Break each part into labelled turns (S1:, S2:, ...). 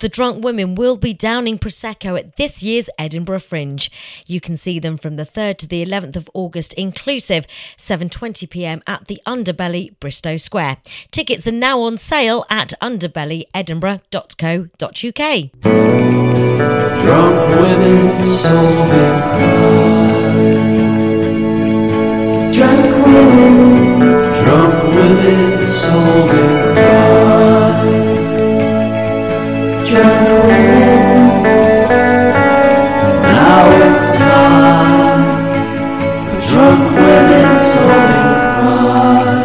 S1: The drunk women will be downing Prosecco at this year's Edinburgh Fringe. You can see them from the 3rd to the 11th of August inclusive, 7.20pm at the Underbelly, Bristow Square. Tickets are now on sale at underbellyedinburgh.co.uk.
S2: Drunk women solving crime. Drunk women. Drunk women solving crime. Drunk women. Now it's time for drunk women solving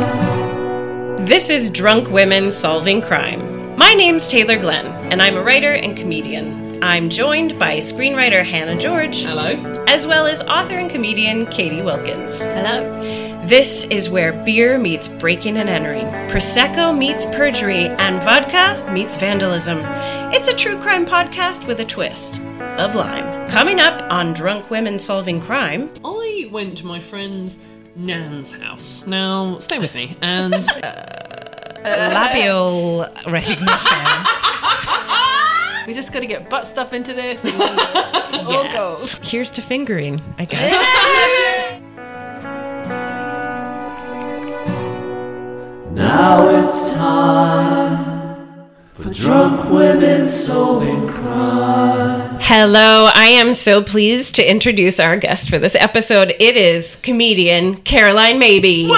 S2: crime.
S3: This is Drunk Women Solving Crime. My name's Taylor Glenn, and I'm a writer and comedian. I'm joined by screenwriter Hannah George.
S4: Hello.
S3: as well as author and comedian Katie Wilkins.
S4: Hello.
S3: This is where beer meets breaking and entering, Prosecco meets perjury, and vodka meets vandalism. It's a true crime podcast with a twist of lime. Coming up on Drunk Women Solving Crime.
S4: I went to my friend's Nan's house. Now, stay with me. And
S5: labial recognition.
S6: We just got to get butt stuff into this. And all gold.
S3: Here's to fingering, I guess.
S2: Now it's time for drunk women solving crime.
S3: Hello, I am so pleased to introduce our guest for this episode. It is comedian Caroline Maybe.
S5: Sorry,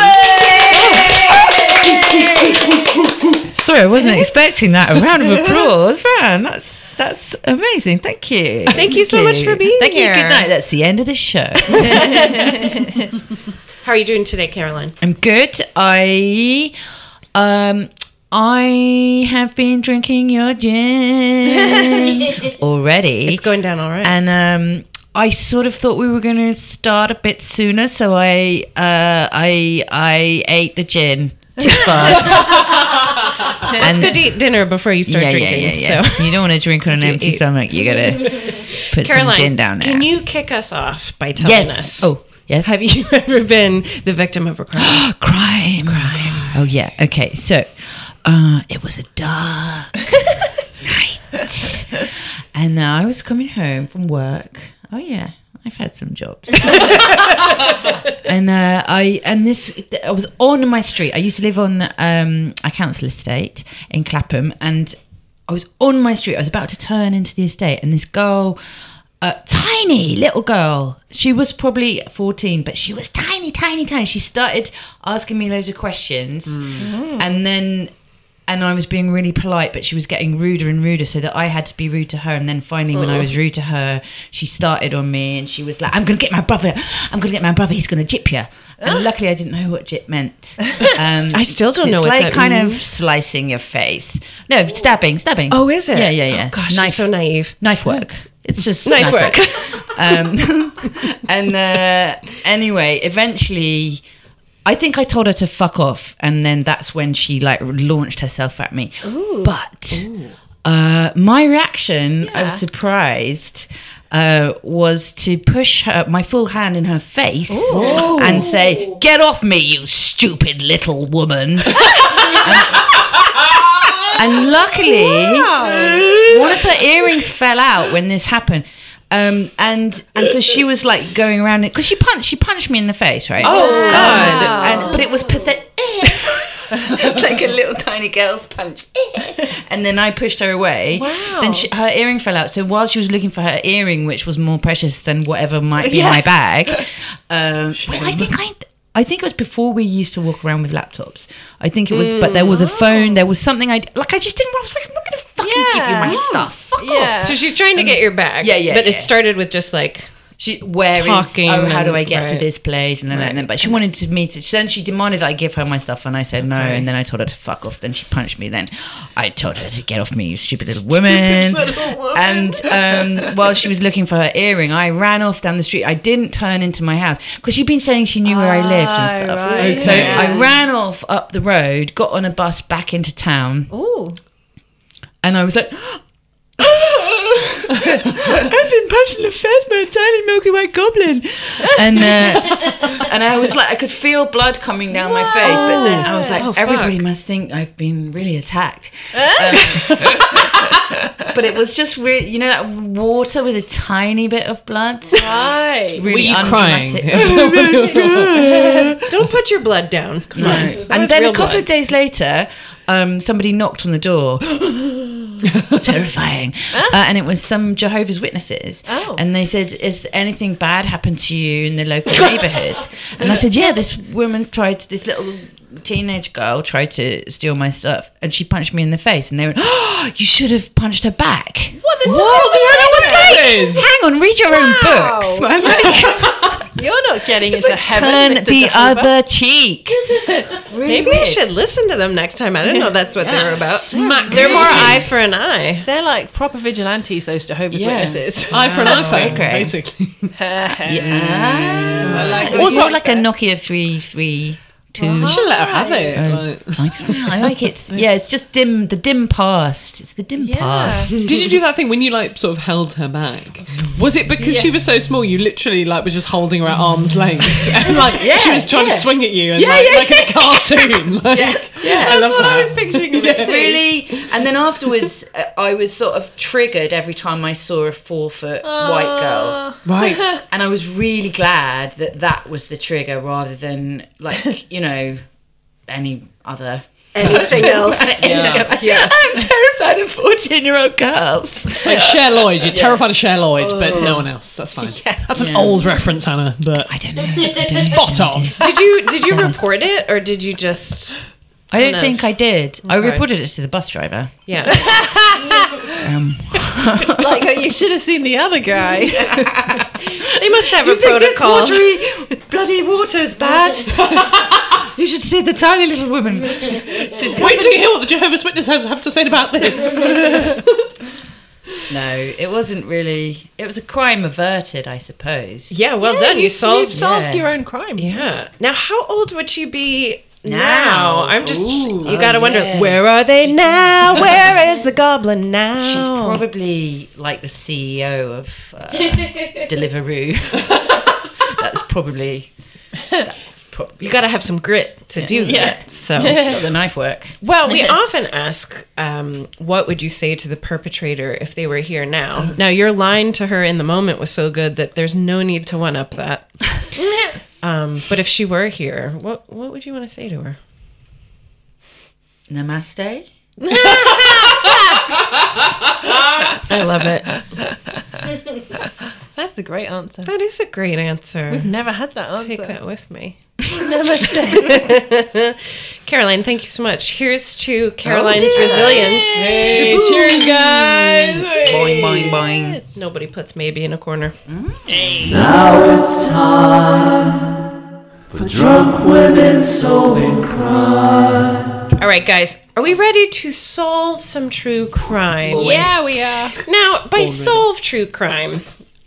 S5: I wasn't expecting that. A round of applause, Fran. That's that's amazing. Thank you. Thank,
S3: you so much for being
S5: Thank
S3: here.
S5: you. Good night. That's the end of the show.
S3: How are you doing today, Caroline?
S5: I'm good. I um I have been drinking your gin already.
S3: It's going down all right.
S5: And um, I sort of thought we were going to start a bit sooner, so I uh, I I ate the gin too fast.
S3: It's
S5: And-
S3: good to eat dinner before you start
S5: yeah, yeah,
S3: drinking.
S5: yeah, yeah.
S3: So,
S5: You don't want to drink on an empty
S3: eat.
S5: stomach. You gotta put
S3: Caroline,
S5: some gin down there.
S3: can you kick us off by telling us?
S5: yes. Oh, yes.
S3: have you ever been the victim of a crime?
S5: crime. Crime. Oh yeah. Okay. So, uh, it was a dark night, and uh, I was coming home from work. Oh yeah, I've had some jobs. and uh, I and this I was on my street. I used to live on um, a council estate in Clapham, and I was on my street. I was about to turn into the estate, and this girl. A tiny little girl. She was probably 14, but she was tiny, tiny, tiny. She started asking me loads of questions. And then and I was being really polite, but she was getting ruder and ruder, so that I had to be rude to her. And then finally, when I was rude to her, she started on me, and she was like, "I'm gonna get my brother. I'm gonna get my brother. He's gonna jip you." And luckily, I didn't know what jip meant. Um,
S3: I still don't
S5: it's
S3: know what
S5: like
S3: that
S5: kind of slicing your face. No, stabbing, stabbing.
S3: Oh, is it?
S5: Yeah, yeah, yeah.
S3: Oh, gosh, I'm so naive.
S5: Knife work. It's just
S3: Knife work.
S5: um, and uh, anyway, eventually, I think I told her to fuck off, and then that's when she like launched herself at me. But Uh, my reaction, I was surprised. Uh, was to push her, my full hand in her face and say, "Get off me, you stupid little woman!" And luckily, one of her earrings fell out when this happened. Um, and and so she was like going around it because she punched she punched me in the face, right? Oh god! And, but it was pathetic. it's like a little tiny girl's punch. and then I pushed her away. Wow. And she, her earring fell out. So while she was looking for her earring, which was more precious than whatever might be in my bag, um, well, I think I. I think it was before we used to walk around with laptops. I think it was, but there was a phone. There was something I like. I just didn't. I was like, I'm not gonna fucking give you my stuff. Fuck off.
S3: Oh, So she's trying to get your back.
S5: Um, yeah, yeah,
S3: But
S5: yeah.
S3: it started with just like,
S5: She where is-
S3: Talking
S5: oh how do
S3: and-
S5: I get to
S3: right.
S5: this place and then, and then but she wanted to meet it. She, then she demanded I give her my stuff and I said no and then I told her to fuck off. Then she punched me. Then I told her to get off me, you stupid little woman. And um, while she was looking for her earring, I ran off down the street. I didn't turn into my house because she'd been saying she knew where I lived and
S3: Oh,
S5: stuff. So I ran off up the road, got on a bus back into town.
S7: Ooh.
S5: And I was like, I've been punched in the face by a tiny Milky White goblin. And uh, and I was like, I could feel blood coming down my face, but then I was like, everybody must think I've been really attacked. Um, but it was just really, you know, that water with a tiny bit of blood. Right. Really
S8: Were you
S5: undramatic.
S3: don't put your blood down.
S5: No. And
S3: was
S5: then a
S3: real
S5: couple
S3: blood.
S5: of days later, um, somebody knocked on the door. Terrifying. Uh, and it was some Jehovah's Witnesses.
S7: Oh.
S5: And they said, Has anything bad happened to you in the local neighborhood? And I said, Yeah, this woman tried, to, this little teenage girl tried to steal my stuff and she punched me in the face. And they went, Oh, you should have punched her back. What the
S8: Witnesses!
S5: Hang on, read your own books. I'm like,
S7: You're not getting into heaven.
S5: Turn
S7: Mr.
S5: the
S7: Jehovah.
S5: other cheek.
S3: Maybe I should listen to them next time. I didn't know that's what they were about.
S8: Smack
S3: They're
S8: me.
S3: more eye for an eye.
S9: They're like proper vigilantes, those Jehovah's
S5: Yeah.
S9: Witnesses.
S8: Eye for an iPhone,
S5: okay.
S8: basically.
S5: Yeah. also, like a Nokia three three two.
S8: Should let her have it. like-
S5: I don't know. I like it. Yeah, it's just dim. The dim past. It's the dim past.
S8: Did you do that thing when you like sort of held her back? Was it because she was so small you literally like was just holding her at arm's length and like
S5: Yeah,
S8: she was trying
S5: yeah.
S8: to swing at you and
S5: Yeah,
S8: like,
S5: yeah,
S8: like in a cartoon? Like, I love that.
S5: picturing. It's really. And then afterwards, uh, I was sort of triggered every time I saw a four foot white girl.
S8: Right.
S5: and I was really glad that that was the trigger rather than like you know any other anything else. yeah. I'm terrified of fourteen year old girls.
S8: Like Cher Lloyd, you're terrified of Cher Lloyd, but no one else. That's fine. That's an
S5: Oh. Yeah.
S8: old reference, Hannah, but
S5: I don't know. I don't
S8: spot on.
S3: Did you did you report it or did you just
S5: I don't
S3: Enough.
S5: think I did. I
S3: Okay.
S5: reported it to the bus driver.
S3: yeah?
S7: Like, oh, you should have seen the other guy.
S3: They must have a protocol.
S5: watery, bloody water is bad? you should see the tiny little woman.
S8: Wait till you hear what the Jehovah's Witnesses have to say about this.
S5: No, it wasn't really. It was a crime averted, I suppose.
S3: Yeah, well done. You, solved.
S9: You've solved
S5: Yeah.
S9: your own crime.
S3: yeah. Now, how old would she be? Now,
S5: Now.
S3: I'm just you
S5: Oh,
S3: gotta wonder
S5: yeah.
S3: where are they now? Where is the goblin now?
S5: She's probably like the CEO of uh, Deliveroo. that's probably. That's probably.
S3: you gotta have some grit to do that. So
S5: She's got the knife work.
S3: Well, we often ask, um, what would you say to the perpetrator if they were here
S6: Oh.
S3: now? Now, your line to her in the moment was so good that there's no need to one up that. um, but if she were here, what what would you want to say to her?
S5: Namaste.
S3: I love it.
S6: That's a great answer.
S3: That is a great answer.
S6: We've never had that answer.
S3: Take that with me. Namaste. Caroline, thank you so much. Here's
S6: Oh,
S3: to Caroline's resilience.
S10: Hey, cheers, guys!
S5: Boing, boing, boing.
S3: Nobody puts maybe in a corner.
S2: Now it's time for drunk women solving crime.
S3: All right, guys, are we ready to solve some true crime?
S6: Yeah, we are.
S3: Now, by solve true crime,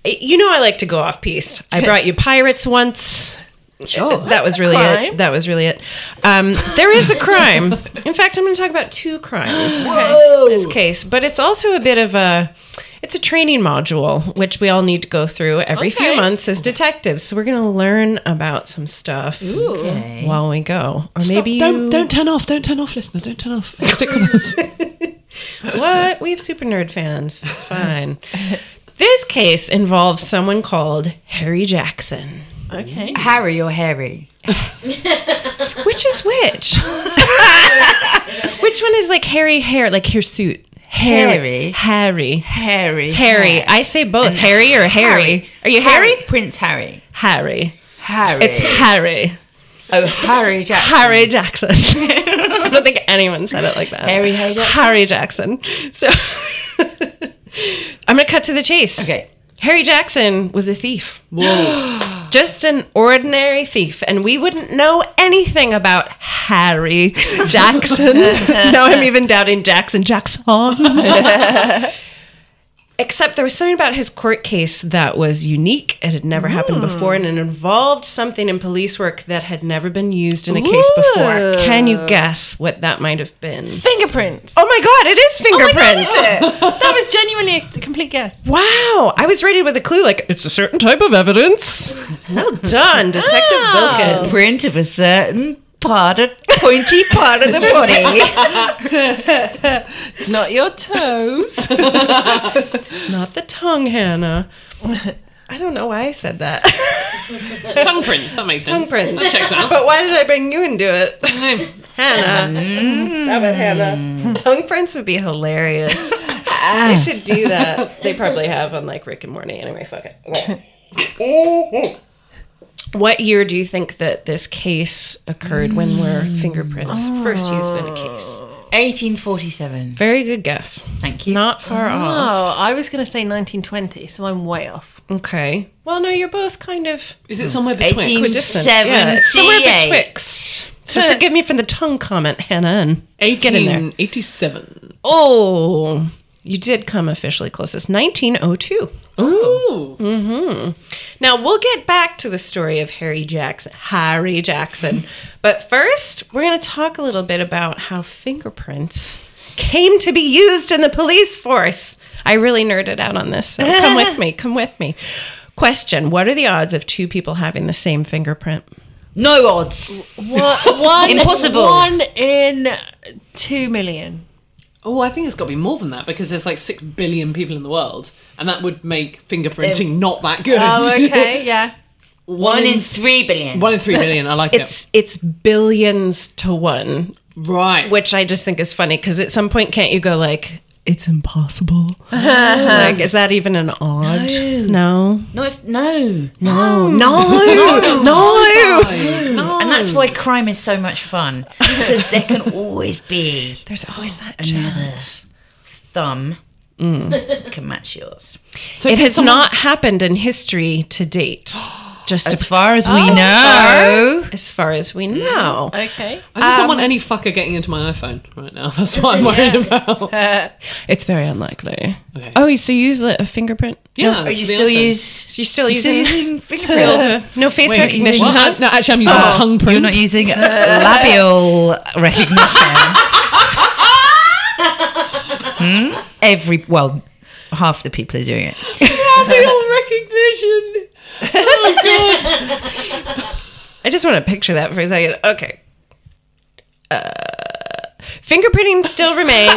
S3: you know I like to go off piste. I brought you pirates once. Sure, that was really
S6: crime.
S3: it. That was really it. Um, there is a crime. In fact, I'm going to talk about two crimes in this case, but it's also a bit of a it's a training module which we all need to go through every few
S6: Okay.
S3: months as detectives. So we're going to learn about some stuff while we go, or maybe
S10: Stop.
S3: you-
S10: Don't don't turn off. Don't turn off, listener. Don't turn off. Stick with us.
S3: What? We have super nerd fans. It's fine. this case involves someone called Harry Jackson.
S6: Okay.
S5: Harry or Harry?
S3: Which is which? which one is like Harry hair, like hirsute?
S5: Harry.
S3: Harry.
S5: Harry.
S3: Harry. I say both. Harry or Harry. Are you Harry?
S5: Oh, Prince Harry.
S3: Harry.
S5: Harry.
S3: It's Harry.
S5: oh, Harry Jackson.
S3: Harry Jackson. I don't think anyone said it like that.
S5: Harry, Harry Jackson.
S3: Harry Jackson. So I'm going to cut to the chase.
S5: Okay.
S3: Harry Jackson was a thief. Just an ordinary thief, and we wouldn't know anything about Harry Jackson. now I'm even doubting Jackson Jackson. Except there was something about his court case that was unique. It had never
S6: Hmm.
S3: happened before, and it involved something in police work that had never been used in a case before. Can you guess what that might have been?
S6: Fingerprints.
S3: Oh my god, it is
S6: my God,
S3: fingerprints!
S6: is it? that was genuinely a complete guess.
S3: Wow, I was ready with a clue like it's a certain type of evidence. Well done, Detective Wilkins.
S5: Print of a certain part of pointy part of the body.
S6: It's not your toes.
S3: Not the tongue, Hannah. I don't know why I said that.
S10: Tongue prints. That makes sense.
S3: Tongue print.
S10: That checks out.
S3: But why did I bring you into it? Hannah. Stop it, Hannah. Tongue prints would be hilarious. they should do that. They probably have on like Rick and Morty. Anyway, fuck it. Okay. what year do you think that this case occurred when were fingerprints first used in a case?
S5: 1847.
S3: Very good guess.
S5: Thank you.
S3: Not far off.
S6: Oh, I was going to say 1920, so I'm way off.
S3: Okay. Well, no, you're both kind of
S10: Is it somewhere between?
S5: 1878.
S3: somewhere betwixt. So forgive me for the tongue comment, Hannah. And get in there.
S10: 1887.
S3: Oh, you did come officially closest. 1902.
S10: Ooh.
S3: Now we'll get back to the story of Harry Jackson, Harry Jackson. But first, we're going to talk a little bit about how fingerprints came to be used in the police force. I really nerded out on this. So come with me. Come with me. Question: What are the odds of two people having the same fingerprint?
S5: No odds.
S6: What, one,
S5: Impossible.
S6: One in two million.
S10: Oh, I think it's got to be more than that because there's like six billion people in the world, and that would make fingerprinting not that good.
S6: Oh, okay, yeah.
S5: One in three billion.
S10: One in three billion. I like it.
S3: It's it's billions to one,
S10: Right.
S3: which I just think is funny because at some point, can't you go like? It's impossible. like, is that even an odd? No.
S5: No, if, no.
S3: No. No. no.
S5: And that's why crime is so much fun. Because there can always be
S3: There's always that
S5: another thumb can match yours.
S10: So
S3: It
S10: did
S3: has
S10: someone-
S3: not happened in history to date. Just
S5: As
S3: as,
S5: far as we know.
S3: as far as we know.
S6: Okay.
S10: I just don't want any fucker getting into my iPhone right now. That's what I'm worried about.
S3: It's very unlikely.
S10: Okay.
S3: Oh, so you use a fingerprint?
S10: Yeah.
S5: Are you
S10: the
S5: still
S10: iPhone.
S5: use?
S3: So you're still
S5: Still
S3: using
S5: using fingerprints?
S3: no face
S10: Wait,
S3: recognition?
S10: what?
S3: huh?
S10: No, actually, I'm using
S6: Oh.
S10: tongue print.
S5: You're not using labial recognition. hmm? Every well, half the people are doing it.
S10: recognition. Oh god.
S3: I just want to picture that for a second. Okay. Uh, fingerprinting still remains.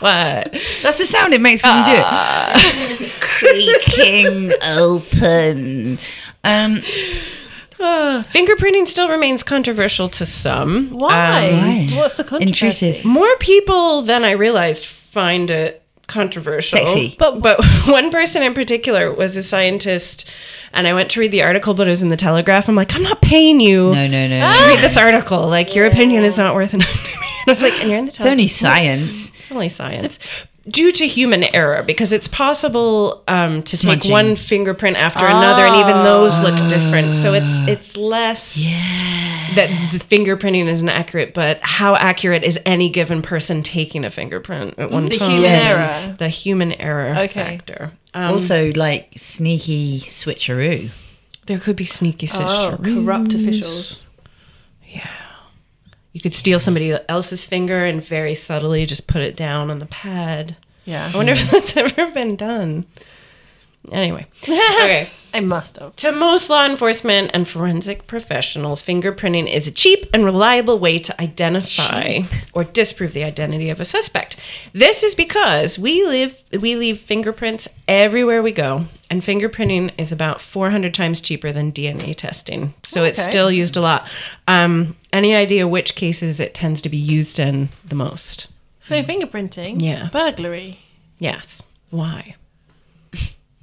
S3: what?
S5: That's the sound it makes when you do it. Creaking open. Um,
S3: Uh, fingerprinting still remains controversial to some. Um,
S6: Why?
S5: why?
S6: Um, What's the controversy?
S5: Intrusive.
S3: More people than I realized find it controversial.
S5: Sexy.
S3: But but one person in particular was a scientist and I went to read the article but it was in the Telegraph. I'm like, I'm not paying you
S5: No, no, no.
S3: to read this article. Like your opinion is not worth enough to me. And I was like, and you're in the
S5: It's
S3: Telegraph.
S5: only science.
S3: It's only science. Due to human error, because it's possible um, to take
S5: Smudging.
S3: one fingerprint after another, and even those look different. So it's
S6: Ah.
S3: it's less that the fingerprinting isn't accurate, but how accurate is any given person taking a fingerprint at one
S6: The
S3: time?
S6: human
S5: Yes.
S6: error.
S3: The human error
S6: Okay.
S3: factor. Um,
S5: also, like sneaky switcheroo.
S3: there could be sneaky
S6: Oh,
S3: sister.
S6: corrupt officials.
S3: You could steal somebody else's finger and very subtly just put it down on the pad.
S6: Yeah.
S3: I wonder if that's ever been done. Anyway, okay.
S6: I must have.
S3: To most law enforcement and forensic professionals, fingerprinting is a cheap and reliable way to identify or disprove the identity of a suspect. This is because we live we leave fingerprints everywhere we go, and fingerprinting is about 400 times cheaper than DNA testing. So it's still used a lot. Um, any idea which cases it tends to be used in the most?
S6: For fingerprinting?
S3: Yeah.
S6: Burglary.
S3: Yes. Why?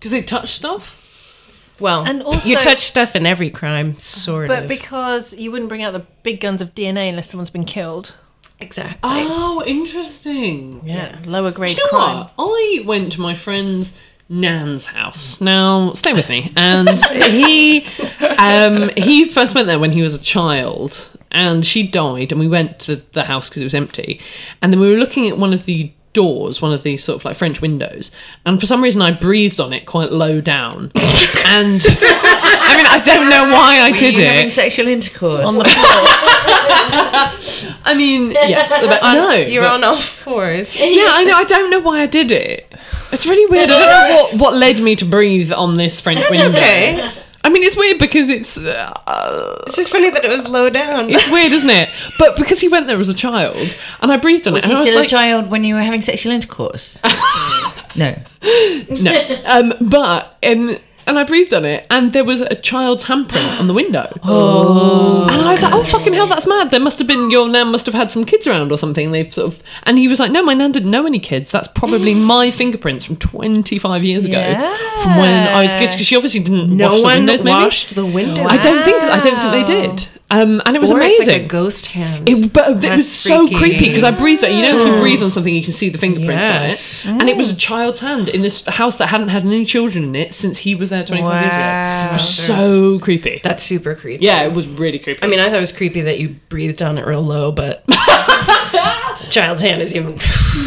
S10: Because they touch stuff?
S3: Well,
S6: And
S3: you
S6: also-
S3: touch stuff in every crime, sort
S6: But
S3: of.
S6: because you wouldn't bring out the big guns of DNA unless someone's been killed.
S3: exactly.
S10: Oh, interesting.
S6: Yeah. Lower grade
S10: Do you know
S6: crime.
S10: what? I went to my friend's Nan's house. Now, stay with me. And he um, he first went there when he was a child, and she died, and we went to the house because it was empty. And then we were looking at one of the doors, one of these sort of like French windows, and for some reason I breathed on it quite low down. and I mean, I don't know why I did
S5: you
S10: it.
S5: having sexual intercourse?
S10: I mean, yes, but I know.
S3: You're
S10: but-
S3: on all fours.
S10: yeah, I know. I don't know why I did it. It's really weird. I don't know what, what led me to breathe on this French window.
S3: Okay.
S10: I mean, it's weird because it's uh,
S3: It's just funny that it was low down.
S10: it's weird, isn't it? But because he went there as a child, and I breathed on
S5: was
S10: it,
S5: he
S10: and I was
S5: still
S10: like,
S5: a child when you were having sexual intercourse? no.
S10: no. Um, but and and I breathed on it, and there was a child's handprint on the window. Oh, and I was like, oh fucking hell, that's mad. There must have been your nan must have had some kids around or something. They've sort of, and he was like, no, my nan didn't know any kids. That's probably my fingerprints from 25 years ago, from when I was kids, because she obviously didn't
S3: No
S10: wash the
S3: one
S10: windows. Maybe
S3: washed the window.
S10: I don't think I don't think they did. Um, and it was
S3: Or
S10: amazing.
S3: It's like a ghost hand.
S10: It, but it
S3: That's
S10: was so
S3: freaky. Hmm.
S10: creepy because I breathed. You know, if you breathe on something, you can see the fingerprints
S3: Yes.
S10: on it, and it was a child's hand in this house that hadn't had any children in it since he was there 25 years ago. It was so creepy.
S3: That's super creepy.
S10: yeah, it was really creepy.
S3: I mean, I thought it was creepy that you breathed on it real low, but child's hand is even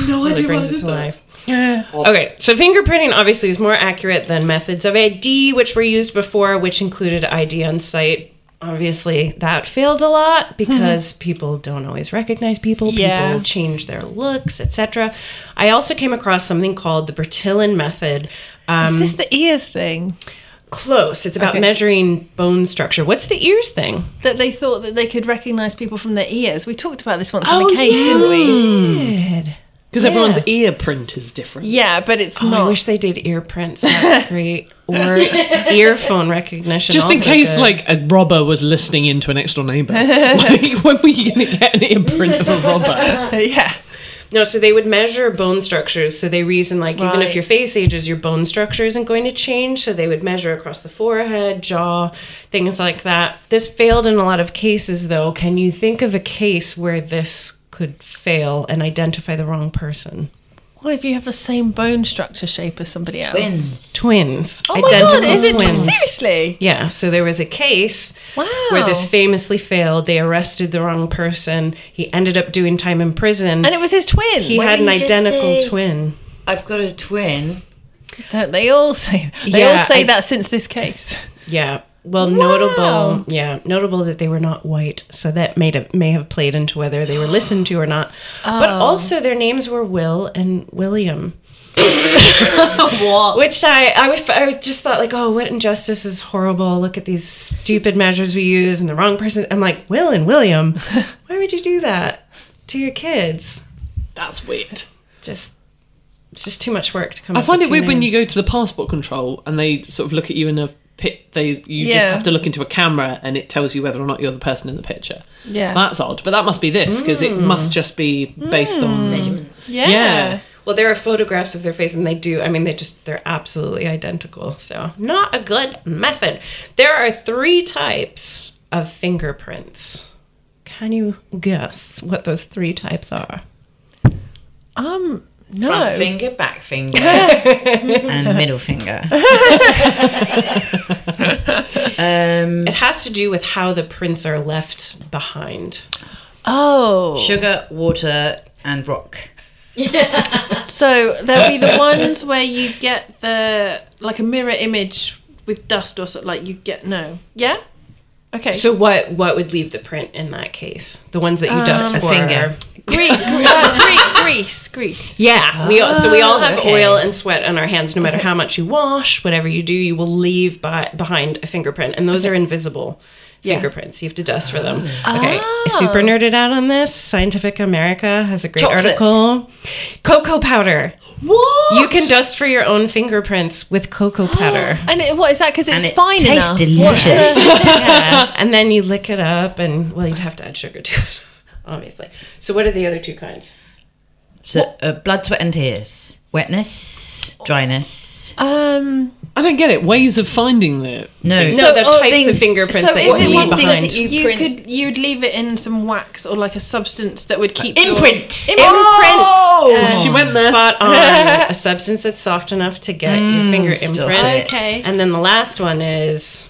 S10: no
S3: really
S10: idea what I
S3: brings it
S10: did
S3: to
S10: though.
S3: life. Okay, so fingerprinting obviously is more accurate than methods of ID, which were used before, which included ID on site. Obviously, that failed a lot because people don't always recognize people.
S6: Yeah.
S3: People change their looks, etc. I also came across something called the Bertillon method. Um,
S6: Is this the ears thing?
S3: close. It's about measuring bone structure. What's the ears thing?
S6: That they thought that they could recognise people from their ears. We talked about this once
S3: Oh,
S10: Oh,
S6: in a case, didn't we?
S10: Because everyone's ear print is different.
S6: Yeah, but it's
S3: Oh, I
S6: not.
S3: wish they did ear prints. That's great. Or earphone recognition.
S10: Just in
S3: also
S10: case,
S3: good.
S10: like a robber was listening in to an next door neighbour. like, when were you going to get an ear print of a robber?
S6: yeah.
S3: No, so they would measure bone structures. So they reason like even if
S6: Right.
S3: your face ages, your bone structure isn't going to change. So they would measure across the forehead, jaw, things like that. This failed in a lot of cases, though. Can you think of a case where this could fail and identify the wrong person?
S6: Well, if you have the same bone structure shape as somebody else.
S3: Twins.
S6: Oh my God, is it seriously?
S3: Yeah, so there was a case
S6: Wow.
S3: where this famously failed. They arrested the wrong person. He ended up doing time in prison.
S6: And it was his twin.
S3: he
S5: Why
S3: had an
S5: didn't you just
S3: identical
S5: say-
S3: twin.
S5: I've got a twin.
S6: Don't they all say they
S3: Yeah,
S6: all say
S3: I-
S6: that since this case.
S3: Yeah. Well,
S6: Wow.
S3: notable. Yeah, notable that they were not white, so that made it may have played into whether they were listened to or not.
S10: Oh.
S3: But also, their names were Will and William. Which I, I, was, I was just thought like, oh, what injustice is horrible. Look at these stupid measures we use and the wrong person. I'm like, Will and William. Why would you do that to your kids?
S10: That's weird.
S3: Just, it's just too much work to come.
S10: I
S3: up
S10: find
S3: with
S10: it
S3: two
S10: weird when you
S3: names.
S10: go to the passport control and they sort of look at you in a pit. They you just
S6: Yeah.
S10: have to look into a camera and it tells you whether or not you're the person in the picture.
S6: Yeah. Mm.
S10: That's odd, but that must be this because it must just be based on measurement.
S6: yeah.
S10: Yeah.
S3: Well, there are photographs of their face, and they do. I mean, they just they're absolutely identical. So not a good method. There are three types of fingerprints. Can you guess what those three types are?
S8: Um, no.
S5: Front finger, back finger, and middle finger. um,
S3: It has to do with how the prints are left behind.
S8: Oh,
S5: sugar, water, and rock.
S8: so
S6: There'll be the ones where you get the like a mirror image with dust or something. Like you get no, yeah, okay.
S3: So what what would leave the print in that case? The ones that you dust
S5: A
S3: for
S5: finger.
S6: Greek, uh, Greek, Greece, Greece.
S3: Yeah, we all, so we all have
S5: okay.
S3: oil and sweat on our hands. No matter how much you wash, whatever you do, you will leave by, behind a fingerprint, and those are invisible fingerprints. You have to dust for them. Okay, super nerded out on this. Scientific America has a great
S5: Chocolate.
S3: article. Cocoa powder.
S8: what?
S3: You can dust for your own fingerprints with cocoa powder,
S8: And it, what is that? Because it's
S5: it
S8: fine
S5: tastes
S8: enough.
S5: delicious.
S8: What's the-
S3: Yeah, and then you lick it up, and well, you'd have to add sugar to it, obviously. So, what are the other two kinds?
S5: So, uh, blood, sweat, and tears. Wetness, dryness.
S8: um,
S10: I don't get it. Ways of finding that.
S5: No,
S3: No, the types of fingerprints
S8: oh, so
S3: that
S8: is
S3: you
S8: it
S3: leave
S8: one thing
S3: behind.
S8: that
S6: You,
S8: you print-
S6: could you'd leave it in some wax or like a substance that would keep your-
S5: imprint.
S10: Oh, she went there.
S3: spot on a substance that's soft enough to get your finger
S5: stop
S3: imprint.
S5: it.
S6: Okay.
S3: And then the last one is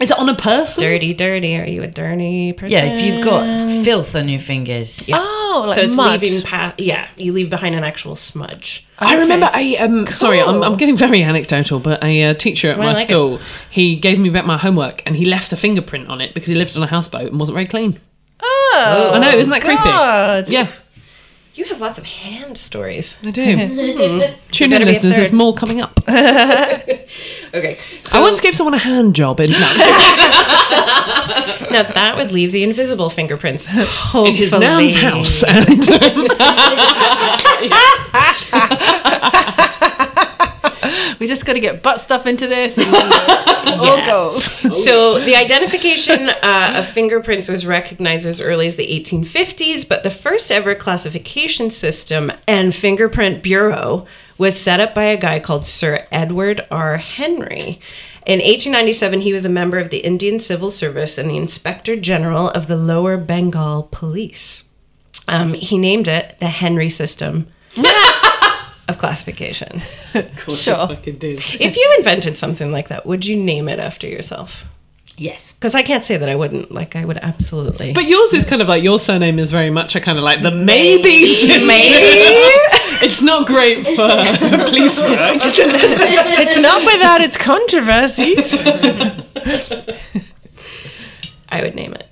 S10: Is it on a person?
S3: dirty, dirty. Are you a dirty person?
S5: Yeah, if you've got filth on your fingers.
S8: oh, like
S3: so it's
S8: mud.
S3: leaving pa- yeah, you leave behind an actual smudge.
S10: I remember I um sorry I'm, I'm getting very anecdotal but a uh, teacher at
S3: Well, I
S10: my
S3: like it.
S10: school he gave me back my homework and he left a fingerprint on it because he lived on a houseboat and wasn't very clean.
S8: Oh,
S10: I know isn't that creepy?
S8: God.
S10: Yeah,
S3: You have lots of hand stories.
S10: I do. Tune
S3: There better
S10: in
S3: be a
S10: listeners, there's
S3: third.
S10: more coming up.
S3: Okay.
S10: I once gave someone a hand job in, no,
S3: Now that would leave the invisible fingerprints.
S10: in his
S3: Hopefully.
S10: nan's house and um,
S6: We just got to get butt stuff into this. And
S3: Yeah. So the identification uh, of fingerprints was recognized as early as the 1850s, but the first ever classification system and fingerprint bureau was set up by a guy called Sir Edward R. Henry. In 1897, he was a member of the Indian Civil Service and the Inspector General of the Lower Bengal Police. Um, he named it the Henry System of Classification.
S8: Sure.
S3: If you invented something like that, would you name it after yourself?
S5: Yes.
S3: Because I can't say that I wouldn't. Like, I would absolutely.
S10: but yours is kind of like your surname is very much a kind of like the maybe system. it's not great for police work.
S3: it's not without its controversies. I would name it.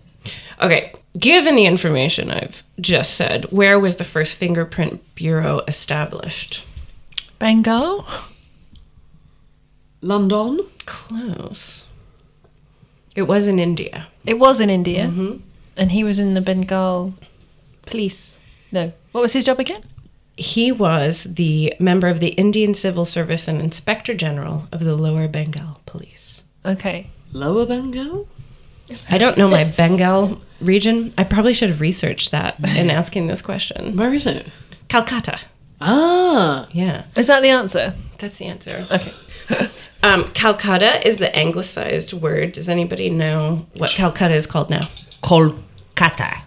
S3: Okay. Given the information I've just said, where was the first fingerprint bureau established?
S8: Bengal.
S10: London.
S3: Close. It was in India.
S8: It was in India, and he was in the Bengal police. No, what was his job again?
S3: He was the member of the Indian Civil Service and Inspector General of the Lower Bengal Police.
S8: Okay.
S10: Lower Bengal?
S3: I don't know my Bengal region. I probably should have researched that in asking this question.
S10: Where is it?
S3: Calcutta.
S10: Ah.
S3: Yeah,
S8: Is that the answer?
S3: that's the answer. Okay. Um, Calcutta is the anglicized word. Does anybody know what Calcutta is called now?
S5: Kolkata.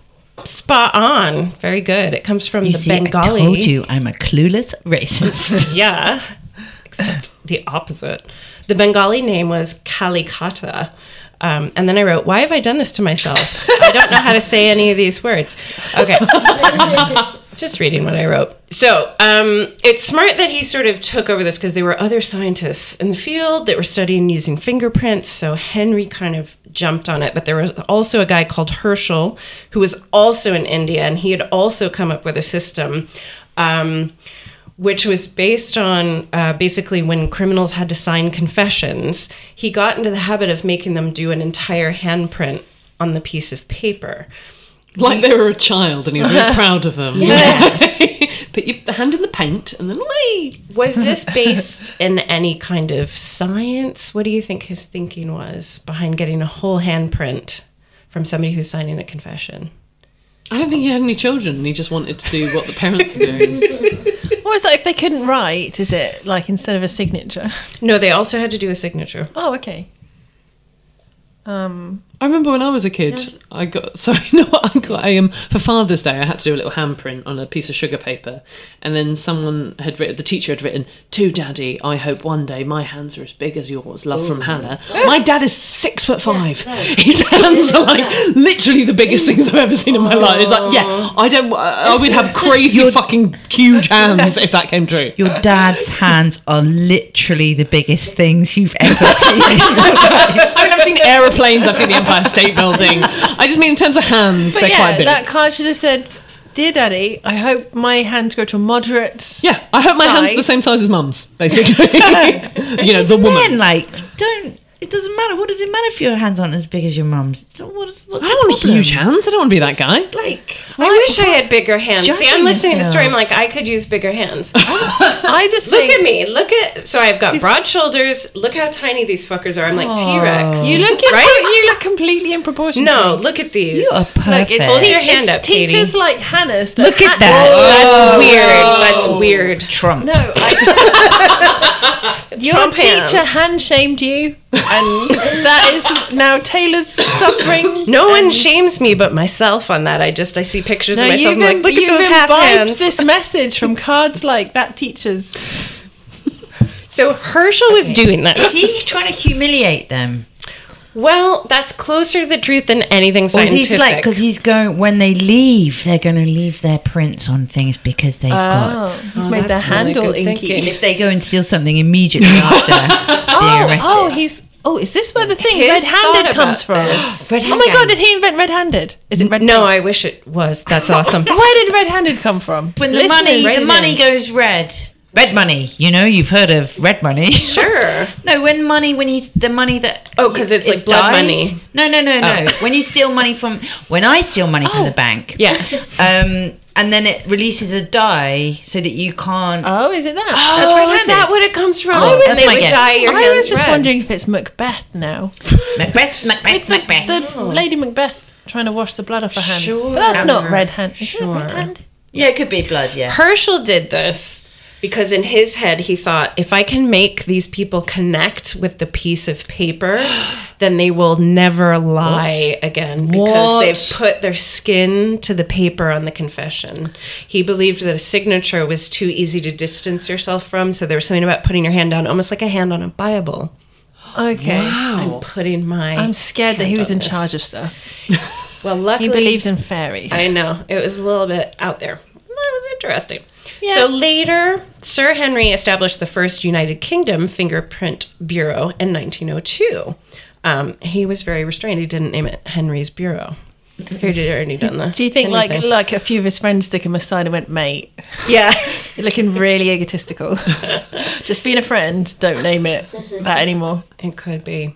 S3: Spot on. Very good. It comes from
S5: You
S3: the
S5: see,
S3: Bengali.
S5: I told you I'm a clueless racist.
S3: Yeah. Except the opposite. The Bengali name was Kalikata. Um, and then I wrote, Why have I done this to myself? I don't know how to say any of these words. Okay. Just reading what I wrote. So um, it's smart that he sort of took over this because there were other scientists in the field that were studying using fingerprints. So Henry kind of jumped on it. But there was also a guy called Herschel who was also in India and he had also come up with a system. Um, which was based on uh, basically when criminals had to sign confessions, he got into the habit of making them do an entire handprint on the piece of paper.
S10: Like they were a child and he was really proud of them. Yes. Put your hand in the paint and then wee.
S3: Was this based in any kind of science? What do you think his thinking was behind getting a whole handprint from somebody who's signing a confession?
S10: I don't think he had any children. He just wanted to do what the parents are doing.
S8: Well, it's like if they couldn't write, is it like instead of a signature?
S3: No, they also had to do a signature.
S8: Oh, okay. Um,
S10: I remember when I was a kid, I got sorry, no, I got um, for Father's Day. I had to do a little handprint on a piece of sugar paper, and then someone had written. The teacher had written, "To Daddy, I hope one day my hands are as big as yours. Love from Hannah. My dad is six foot five. His hands are like literally the biggest things I've ever seen in my life. It's like, yeah, I don't. I would have crazy fucking huge hands if that came true.
S5: Your dad's hands are literally the biggest things you've ever seen. in your life.
S10: I mean, I've seen aeroplanes. I've seen the Empire State Building. I just mean in terms of hands,
S8: but
S10: they're
S8: yeah,
S10: quite big.
S8: that card should have said, "Dear Daddy, I hope my hands grow to a moderate."
S10: yeah, I hope my hands are the
S8: size."
S10: same size as mum's, basically. you know, the
S5: Even
S10: woman.
S5: Then, like, don't. It doesn't matter. What does it matter if your hands aren't as big as your mum's? So what, what's
S10: I
S5: the
S10: don't want
S5: problem?
S10: huge hands. I don't want to be that guy.
S5: Like,
S3: I wish I had bigger hands. See, I'm
S5: Judging
S3: listening to the story. I'm
S5: yourself.
S3: like, I could use bigger hands.
S8: I just
S3: Look
S8: think,
S3: at me. Look at. So I've got broad shoulders. Look how tiny these fuckers are. I'm like T Rex.
S8: Oh. You look in,
S3: Right?
S8: You look completely in proportion.
S3: No, look at these.
S5: you are perfect.
S8: Look, it's
S3: Hold
S8: te-
S3: your hand
S8: it's
S3: up, Katie.
S8: teachers like Hannah's. That
S5: Look at
S8: ha-
S5: that.
S3: Oh, That's
S8: Oh,
S3: weird. That's weird.
S5: Trump.
S8: No, I, your
S3: Trump hands.
S8: teacher hand shamed you, and that is now Taylor's suffering.
S3: No one shames me but myself on that. I just I see pictures
S8: No,
S3: of myself.
S8: you've,
S3: I'm like,
S8: im-
S3: look at
S8: you've
S3: those half
S8: imbibed
S3: hands.
S8: this message from cards like that teacher's.
S3: so Herschel was doing this.
S5: See, you're trying to humiliate them.
S3: Well, that's closer to the truth than anything
S5: Or is
S3: scientific.
S5: he's like, because he's going, when they leave, they're going to leave their prints on things because they've got.
S8: Oh, he's made the handle inky.
S5: And if they go and steal something immediately after being
S8: Oh,
S5: arrested.
S8: oh, he's. Oh, is this where the thing
S3: His
S8: red-handed
S3: thought
S8: comes from?
S3: about
S5: Red
S8: Oh my
S5: handgun.
S8: god, did he invent red-handed? Is it red?
S3: no, I wish it was. That's awesome.
S8: Where did red-handed come from?
S5: When the
S8: Listeners,
S5: money,
S8: write
S5: the
S8: it
S5: money
S8: in.
S5: goes red. Red money, you know, you've heard of red money.
S3: sure.
S5: no, when money, when you the money that
S3: Oh, 'cause it's like blood money. Oh.
S5: No, no, no, no. When you steal money from, when I steal money from the bank,
S3: Yeah.
S5: um, and then it releases a die so that you can't.
S8: Oh, is it that?
S5: that's
S3: oh,
S5: red-handed.
S3: is that what it comes from?
S8: Oh,
S5: was-
S3: And
S5: That's
S3: they
S5: my
S3: would
S5: guess.
S3: dye your
S8: I
S3: hands
S8: was just
S3: red.
S8: wondering if it's Macbeth now.
S5: Macbeth, Macbeth, Macbeth.
S8: The
S3: Oh.
S8: Lady Macbeth trying to wash the blood off her hands.
S3: Sure.
S8: But that's not red hand.
S3: Sure.
S8: red hand?
S5: yeah, it could be blood. Yeah.
S3: Herschel did this because in his head he thought if I can make these people connect with the piece of paper, then they will never lie again because
S10: What?
S3: they've put their skin to the paper on the confession. He believed that a signature was too easy to distance yourself from, so there was something about putting your hand down, almost like a hand on a Bible.
S8: Okay.
S3: I'm putting my.
S8: Oh. I'm scared that he was in
S3: this.
S8: charge of stuff.
S3: well, luckily,
S8: He believes in fairies.
S3: I know. It was a little bit out there. That was interesting. So later, Sir Henry established the first United Kingdom Fingerprint Bureau in 1902. Um, he was very restrained. He didn't name it Henry's Bureau. He had already done that.
S8: Do you think like like a few of his friends took him aside and went, mate,
S3: Yeah.
S8: looking really egotistical. Just being a friend, don't name it that anymore.
S3: It could be.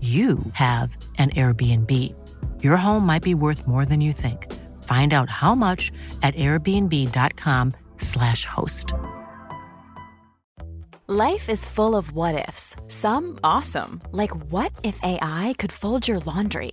S11: you have an Airbnb. Your home might be worth more than you think. Find out how much at airbnb.com/slash host.
S12: Life is full of what ifs. Some awesome, like what if AI could fold your laundry?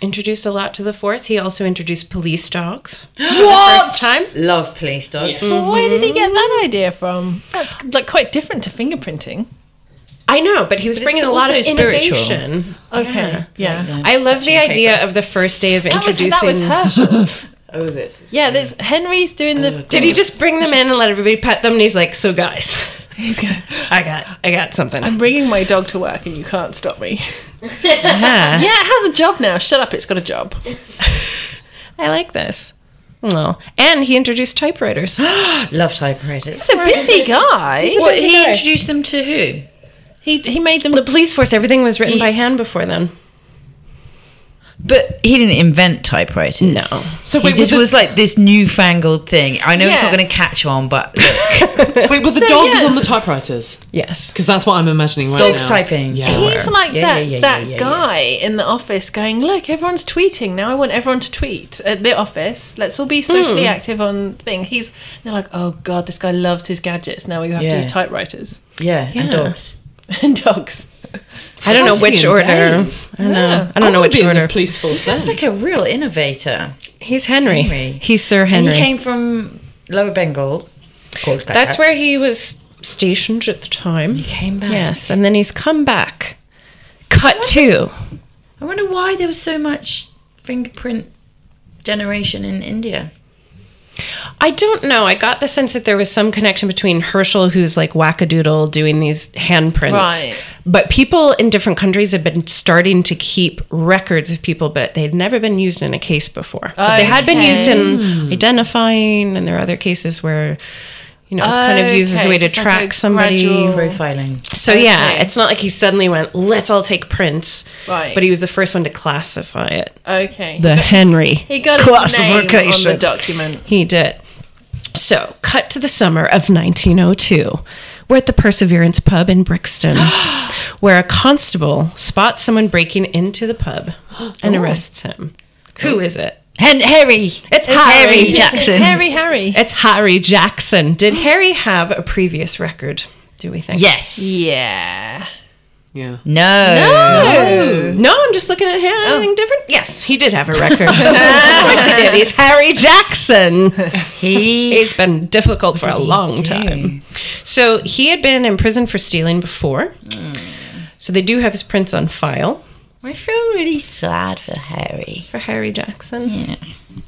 S3: introduced a lot to the force. He also introduced police dogs. What? first time.
S5: Love police dogs.
S8: Well, where did he get that idea from? That's like quite different to fingerprinting.
S3: I know, but he was
S5: But it's
S3: bringing a lot
S5: also
S3: of
S5: spiritual.
S3: innovation.
S8: Okay. Yeah.
S3: I love the idea of the first day of
S8: That was,
S3: introducing.
S8: that was Herschel.
S3: over it.
S8: Yeah, there's Henry's doing the.
S3: Did he just bring them in and let everybody pet them? And he's like, "So guys,
S8: He's gonna.
S3: I got, I got something."
S8: I'm bringing my dog to work, and you can't stop me.
S3: Yeah.
S8: Yeah, it has a job now. Shut up, it's got a job.
S3: I like this. No, and he introduced typewriters.
S1: Love typewriters.
S8: He's a busy guy.
S3: He's a
S1: What,
S3: busy
S1: he
S3: guy.
S1: introduced them to who?
S8: He he made them.
S3: The police force, everything was written
S1: He-
S3: by hand before then.
S5: But he didn't invent typewriters. No. So
S10: So
S5: he
S10: wait,
S5: just
S10: was it-
S5: was like this newfangled thing. I know it's not
S8: Yeah.
S5: going to catch on, but
S10: Wait, were the
S8: So,
S10: dogs
S8: yeah.
S10: on the typewriters?
S3: Yes.
S10: Because that's what I'm imagining right
S5: dogs
S10: now.
S5: typing.
S10: Yeah.
S8: He's like
S5: Yeah,
S8: that,
S5: yeah, yeah,
S8: that
S5: yeah, yeah,
S8: guy in the office going, Look, everyone's tweeting. Now I want everyone to tweet at the office. Let's all be socially active on things. He's they're like, Oh god, this guy loves his gadgets. Now we have
S5: Yeah.
S8: to use typewriters
S5: yeah, and dogs.
S8: and dogs.
S3: I don't know
S10: Fancy
S3: which
S10: in
S3: order.
S10: days.
S3: I don't know. I
S10: I
S3: don't know
S10: wanna
S3: which
S10: be in the
S3: order.
S10: police force.
S5: He's
S10: then.
S5: like a real innovator.
S3: He's Henry.
S5: Henry.
S3: He's Sir
S5: And
S3: Henry.
S5: he came from Lower Bengal. Kolkata.
S3: That's where he was stationed at the time. He
S5: came back.
S3: Yes, and then he's come back. Cut two.
S5: I wonder why there was so much fingerprint generation in India.
S3: I don't know. I got the sense that there was some connection between Herschel, who's like wackadoodle doing these handprints.
S8: Right.
S3: But people in different countries had been starting to keep records of people, but they'd never been used in a case before. But they had been used in identifying, and there are other cases where, you know, it's kind of used as a
S8: Okay,
S3: way to
S8: it's like
S3: track
S8: a
S3: somebody.
S8: gradual-
S5: Profiling.
S3: So yeah, it's not like he suddenly went, "Let's all take prints,"
S8: Right.
S3: but he was the first one to classify it.
S8: Okay.
S3: The Henry
S8: he got his name on the document.
S3: he did. So, cut to the summer of 1902. We're at the Perseverance pub in Brixton, where a constable spots someone breaking into the pub and arrests him. Who is it?
S5: Hen- Harry.
S3: It's
S5: Harry Jackson.
S8: Harry Harry.
S3: It's Harry Jackson. Did Harry have a previous record? Do we think?
S5: Yes.
S8: Yeah.
S10: yeah.
S5: No. No.
S3: Oh! No, I'm just looking at him.
S8: Oh.
S3: Anything different? Yes, he did have a record. of course he did. He's Harry Jackson.
S5: He.
S3: He's been difficult for a long time. So he had been in prison for stealing before. So they do have his prints on file
S5: I feel really sad for Harry.
S3: for Harry Jackson.
S5: Yeah.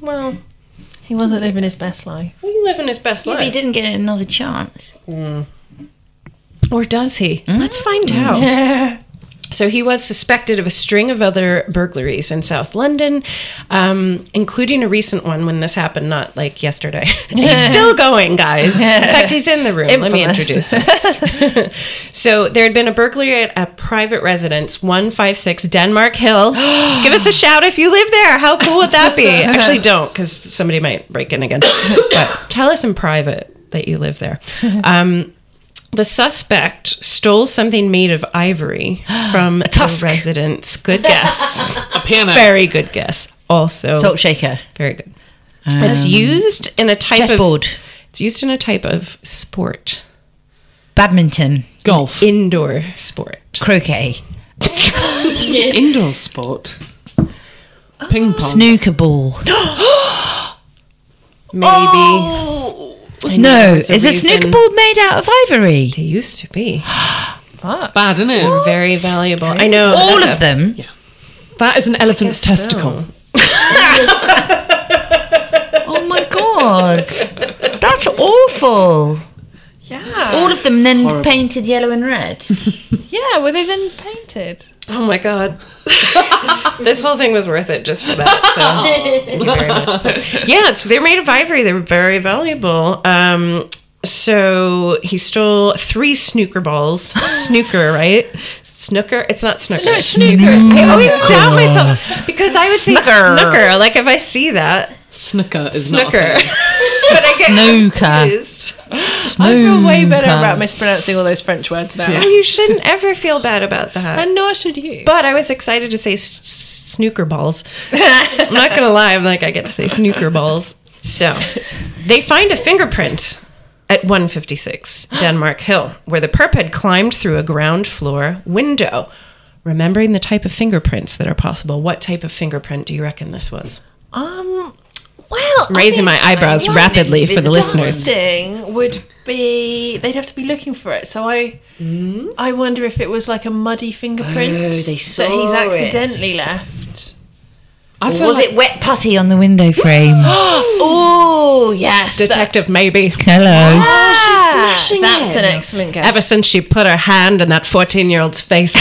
S3: Well,
S8: He wasn't living his best life.
S3: he living his best
S5: But he
S3: life.
S5: didn't get another chance.
S3: Or does he? Let's find out. So he was suspected of a string of other burglaries in South London, um, including a recent one when this happened, not like yesterday. he's still going, guys. In fact, he's in the room. Let me introduce him. so there had been a burglary at a private residence, 156 Denmark Hill. Give us a shout if you live there. How cool would that be? Actually, don't, because somebody might break in again. but tell us in private that you live there. Um, the suspect stole something made of ivory from the residence. Good guess.
S10: A piano.
S3: Very good guess. Also,
S5: Salt shaker.
S3: very good. Um, it's used in a type
S5: Chessboard.
S3: of it's used in a type of sport,
S5: Badminton.
S10: Golf.
S3: indoor sport.
S5: Croquet.
S10: Indoor sport.
S3: Oh.
S10: Ping pong.
S5: Snooker ball.
S3: Maybe Oh. I know there
S5: no.
S3: was
S5: Is
S3: a
S5: a
S3: reason-
S5: snooker ball made out of ivory?
S3: They used to be
S10: Bad, isn't it?
S3: very valuable. I know
S5: All
S3: that's
S5: of
S3: a-
S5: them.
S10: That is an elephant's testicle.
S5: Oh my god. That's awful.
S8: Yeah.
S5: All of them then painted yellow and red.
S8: Yeah, were they then painted?
S3: Oh my god. this whole thing was worth it just for that. So thank you very much. Yeah, so they're made of ivory. They're very valuable. Um so he stole three snooker balls. Snooker, right? Snooker. It's not snooker. I always doubt myself because I would say snooker. Like if I see that
S10: Snooker is not.
S3: snooker,
S10: a
S3: but
S10: thing.
S3: I get
S5: Snooker.
S3: confused.
S8: I feel way better about mispronouncing all those French words now.
S3: Oh, You shouldn't ever feel bad about that.
S8: And nor should you.
S3: But I was excited to say s- snooker balls. I'm not gonna lie, I'm like I get to say snooker balls. So they find a fingerprint at 156 Denmark Hill, where the perp had climbed through a ground floor window. Remembering the type of fingerprints that are possible, what type of fingerprint do you reckon this was?
S8: Um, well, I
S3: Raising my
S8: think
S3: eyebrows rapidly for the listeners.
S8: dusting would be they'd have to be looking for it. So I, I wonder if it was like a muddy fingerprint
S5: Oh, they
S8: that he's
S5: saw it.
S8: accidentally left.
S5: I feel was like- it wet putty on the window frame?
S8: oh yes,
S3: Detective maybe.
S5: Hello.
S8: she's smashing That's an excellent guess.
S3: Ever since she put her hand in that 14 year old's face,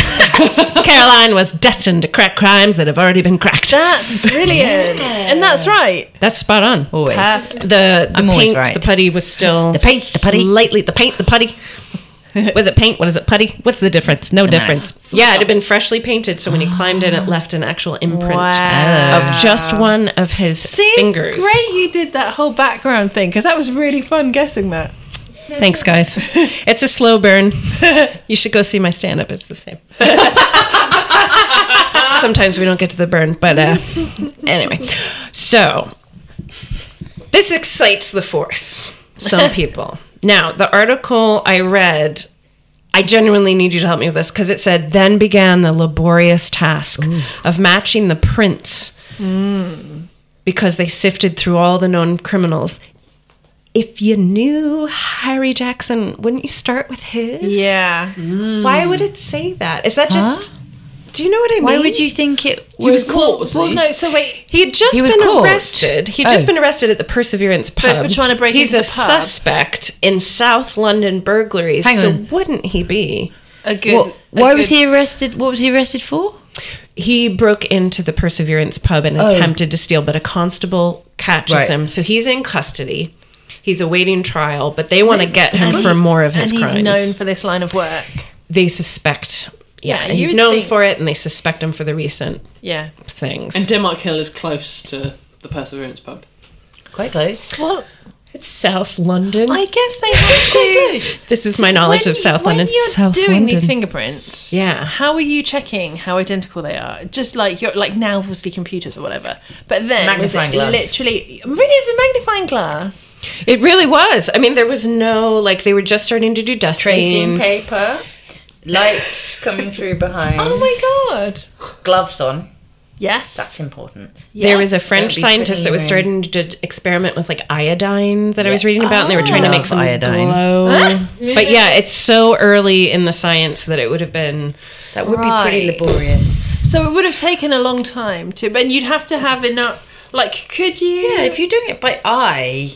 S3: Caroline was destined to crack crimes that have already been cracked.
S8: That's brilliant, and that's right.
S3: That's spot on.
S5: Always.
S3: The, the
S5: I'm always
S3: paint,
S5: right.
S3: the putty was still.
S5: The paint, the putty.
S3: Lately, the paint, the putty. Was it paint? What is it? Putty? What's the difference? No difference. Yeah, it had been freshly painted, so when he climbed in, it left an actual imprint
S8: Wow.
S3: of just one of his
S8: See,
S3: fingers.
S8: it's great you did that whole background thing because that was really fun guessing that.
S3: Thanks, guys. It's a slow burn. You should go see my stand up. It's the same. Sometimes we don't get to the burn, but uh, anyway. So, this excites the force, some people. Now, the article I read, I genuinely need you to help me with this because it said, then began the laborious task of matching the prints because they sifted through all the known criminals. If you knew Harry Jackson, wouldn't you start with his?
S8: Yeah,
S3: Why would it say that? Is that just? Do you know what I mean?
S5: Why would you think it was?
S10: He was caught, was
S8: Well, no. So wait,
S3: He had just
S5: He was
S3: been
S5: caught.
S3: arrested. He'd just
S5: Oh.
S3: been arrested at the Perseverance pub.
S8: for trying to break
S3: He's
S8: into
S3: a
S8: the pub.
S3: suspect in South London burglaries.
S5: Hang
S3: so
S5: on.
S3: wouldn't he be?
S8: a good.
S5: What,
S8: a
S5: why was
S8: good-
S5: he arrested? What was he arrested for?
S3: He broke into the Perseverance pub
S8: Oh.
S3: and attempted to steal, but a constable catches
S5: Right.
S3: him. So he's in custody. He's awaiting trial, but they want to get him for more of his
S8: and
S3: crimes.
S8: he's known for this line of work.
S3: they suspect. Yeah,
S8: Yeah,
S3: he's
S8: you'd
S3: known
S8: think-
S3: for it, and they suspect him for the recent
S8: Yeah.
S3: things.
S10: And Denmark Hill is close to the Perseverance pub.
S5: Quite close.
S8: Well,
S3: it's South London.
S8: I guess they have to.
S3: this is my knowledge
S8: when
S3: of
S8: you-
S3: South
S8: when
S3: London.
S8: You're
S3: South
S8: doing
S3: London.
S8: these fingerprints.
S3: Yeah.
S8: How are you checking how identical they are? Just like you're like now, obviously computers or whatever. But then
S5: Magnifying
S8: was it
S5: glass.
S8: literally really it was a magnifying glass.
S3: It really was. I mean, there was no like they were just starting to do dusting.
S5: paper. Lights coming through behind.
S8: Oh my god.
S5: Gloves on.
S8: Yes.
S5: That's important.
S3: There was a French
S5: That'd be
S3: scientist that was starting
S5: pretty
S3: to d- experiment with like iodine that I was
S5: Yeah.
S3: reading about, and they were trying to make
S5: Oh. Love
S3: them
S5: iodine.
S3: glow. But yeah, it's so early in the science that it would have been.
S5: That would be
S8: Right.
S5: pretty laborious.
S8: So it would have taken a long time to, but you'd have to have enough. Like, could you?
S5: Yeah, if you're doing it by eye,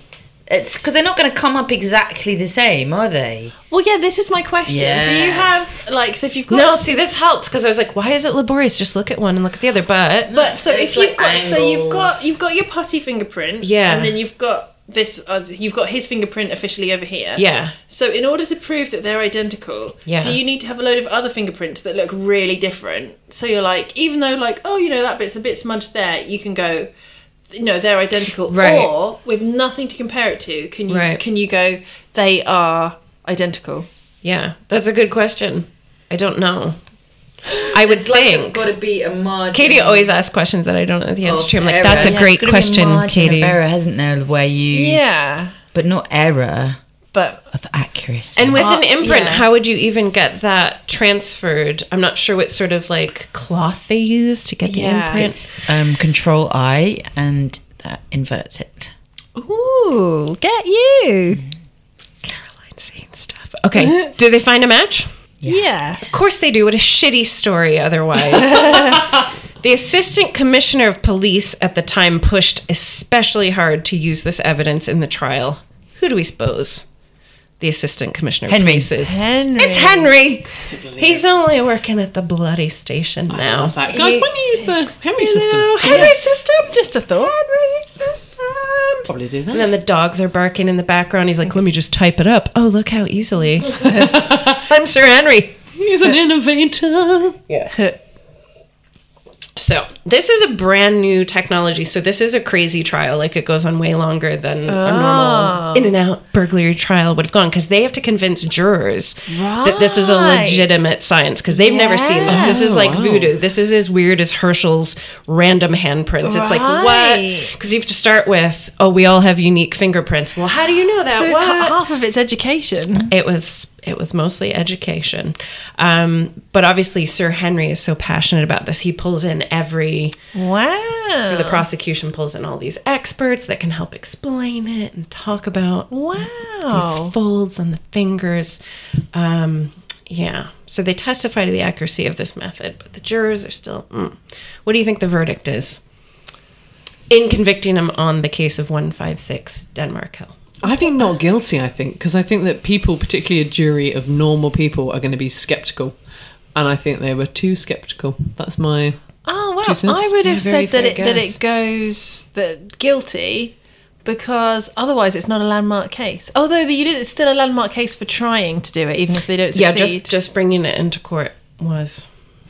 S5: it's because they're not going to come up exactly the same, are they?
S8: well, yeah. This is my question. Do you
S5: Yeah.
S8: have like? So if you've got
S3: No, see, this helps because I was like, why is it laborious? Just look at one and look at the other. But
S8: But so if
S5: There's,
S8: you've
S5: like,
S8: got so you've
S5: angles.
S8: got you've got your putty fingerprint,
S3: Yeah.
S8: and then you've got this uh, you've got his fingerprint officially over here,
S3: yeah,
S8: So in order to prove that they're identical,
S3: Yeah.
S8: do you need to have a load of other fingerprints that look really different? So you're like, even though like oh you know that bit's a bit smudged there, you can go, you know they're identical,
S3: Right.
S8: or with nothing to compare it to, can you
S3: Right.
S8: can you go they are identical?
S3: yeah, that's a good question. I don't know. I would think.
S5: to be a margin.
S3: Katie always asks questions that I don't know the answer to. I'm like,
S5: error.
S3: that's a
S5: Oh, Yeah,
S3: great
S5: gotta be a
S3: question,
S5: margin
S3: Katie.
S5: Of error hasn't there where you,
S8: Yeah,
S5: but not error
S8: but
S5: of accuracy.
S3: And with an
S8: Uh,
S3: imprint,
S8: yeah.
S3: how would you even get that transferred? I'm not sure what sort of like cloth they use to get the
S8: Yeah.
S3: imprint.
S5: um, control I and that inverts it.
S8: ooh, get you.
S3: Caroline saying stuff. Okay, do they find a match?
S8: Yeah.
S3: Of course they do. What a shitty story otherwise. the assistant commissioner of police at the time pushed especially hard to use this evidence in the trial. Who do we suppose? The assistant commissioner of
S5: Henry.
S3: police is.
S8: Henry.
S3: It's Henry. He's only working at the bloody station now.
S10: Love that. Guys, why don't you use the Henry system?
S3: No, Henry system. Just a thought. Henry system.
S10: Probably do
S3: And
S10: that.
S3: then the dogs are barking in the background. He's like, "Let me just type it up." Oh, look how easily. I'm Sir Henry.
S10: He's an innovator.
S3: So this is a brand new technology. So this is a crazy trial. Like it goes on way longer than a
S8: Oh.
S3: normal in and out burglary trial would have gone because they have to convince jurors that this is a legitimate science because they've never seen this. This is like voodoo. This is as weird as Herschel's random handprints. It's like what? Because you have to start with oh we all have unique fingerprints. Well how do you know that?
S8: So it's
S3: What?
S8: ha- half of its education.
S3: it was it was mostly education um, but obviously sir henry is so passionate about this he pulls in every
S8: Wow.
S3: the prosecution pulls in all these experts that can help explain it and talk about
S8: Wow.
S3: these folds on the fingers um, yeah so they testify to the accuracy of this method but the jurors are still mm. what do you think the verdict is in convicting him on the case of 156 Denmark Hill.
S10: I think not guilty, I think, because I think that people, particularly a jury of normal people, are going to be skeptical. And I think they were too skeptical. That's my.
S6: Oh, well, I would have said that it, guess. that it goes that guilty because otherwise it's not a landmark case. Although the, it's still a landmark case for trying to do it, even if they don't succeed.
S3: Yeah, just, just bringing it into court was.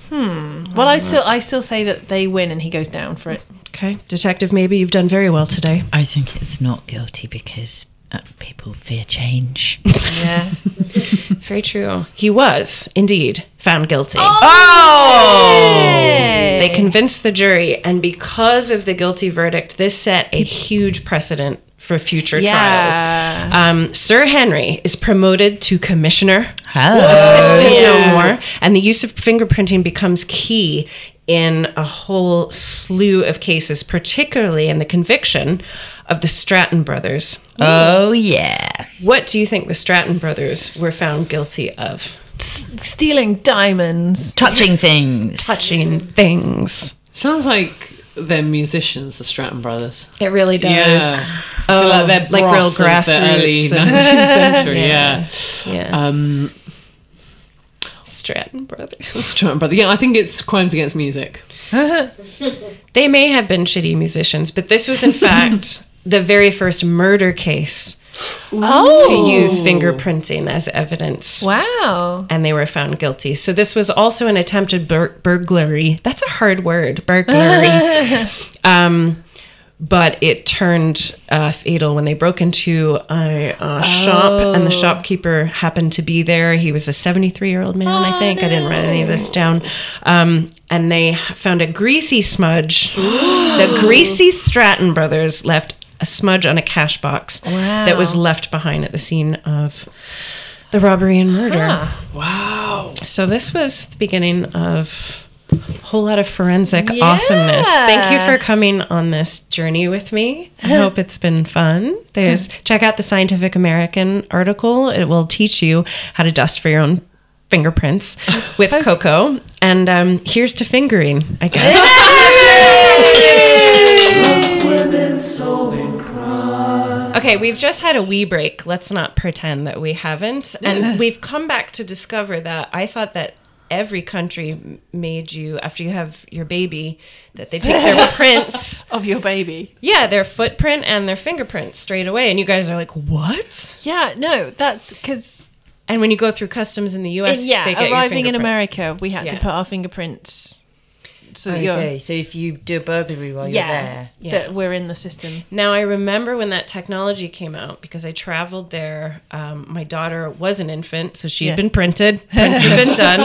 S6: Hmm. Well, I still I still say that they win and he goes down for it.
S3: Okay, detective. Maybe you've done very well today.
S5: I think it's not guilty because uh, people fear change.
S3: Yeah, it's very true. He was indeed found guilty.
S6: Oh, oh! Hey!
S3: they convinced the jury, and because of the guilty verdict, this set a huge precedent for future yeah. trials. Um, Sir Henry is promoted to commissioner,
S5: Hello.
S3: assistant Oh. yeah. no more, and the use of fingerprinting becomes key in a whole slew of cases, particularly in the conviction of the Stratton brothers.
S5: Oh yeah.
S3: What do you think the Stratton brothers were found guilty of?
S6: S- stealing diamonds,
S5: touching things,
S3: touching things.
S10: Sounds like they're musicians, the Stratton brothers.
S3: It really does.
S10: Yeah. Oh, like they're like real grassroots. early 19th century,
S3: yeah. Yeah. yeah.
S10: Um,
S3: uh, Stratton brothers.
S10: Stratton brothers. Yeah, I think it's crimes against music.
S3: they may have been shitty musicians, but this was in fact the very first murder case.
S6: Oh.
S3: To use fingerprinting as evidence.
S6: Wow.
S3: And they were found guilty. So this was also an attempted bur- burglary. That's a hard word, burglary. um, but it turned uh, fatal when they broke into a, a oh. shop, and the shopkeeper happened to be there. He was a 73 year old man, oh, I think. No. I didn't write any of this down. Um, and they found a greasy smudge. the greasy Stratton brothers left a smudge on a cash box
S6: wow.
S3: that was left behind at the scene of the robbery and murder.
S10: Huh. Wow.
S3: So this was the beginning of a whole lot of forensic yeah. awesomeness. Thank you for coming on this journey with me. I hope it's been fun. There's check out the Scientific American article. It will teach you how to dust for your own fingerprints with Coco. And um, here's to fingering, I guess. Okay, we've just had a wee break. Let's not pretend that we haven't. And we've come back to discover that I thought that every country made you after you have your baby that they take their prints
S6: of your baby.
S3: Yeah, their footprint and their fingerprints straight away and you guys are like, "What?"
S6: Yeah, no, that's cuz
S3: and when you go through customs in the US, and
S6: yeah, arriving in America, we had yeah. to put our fingerprints
S5: so okay, so if you do a burglary while yeah, you're there,
S6: yeah. that we're in the system.
S3: Now I remember when that technology came out because I traveled there. Um, my daughter was an infant, so she yeah. had been printed, prints had been done,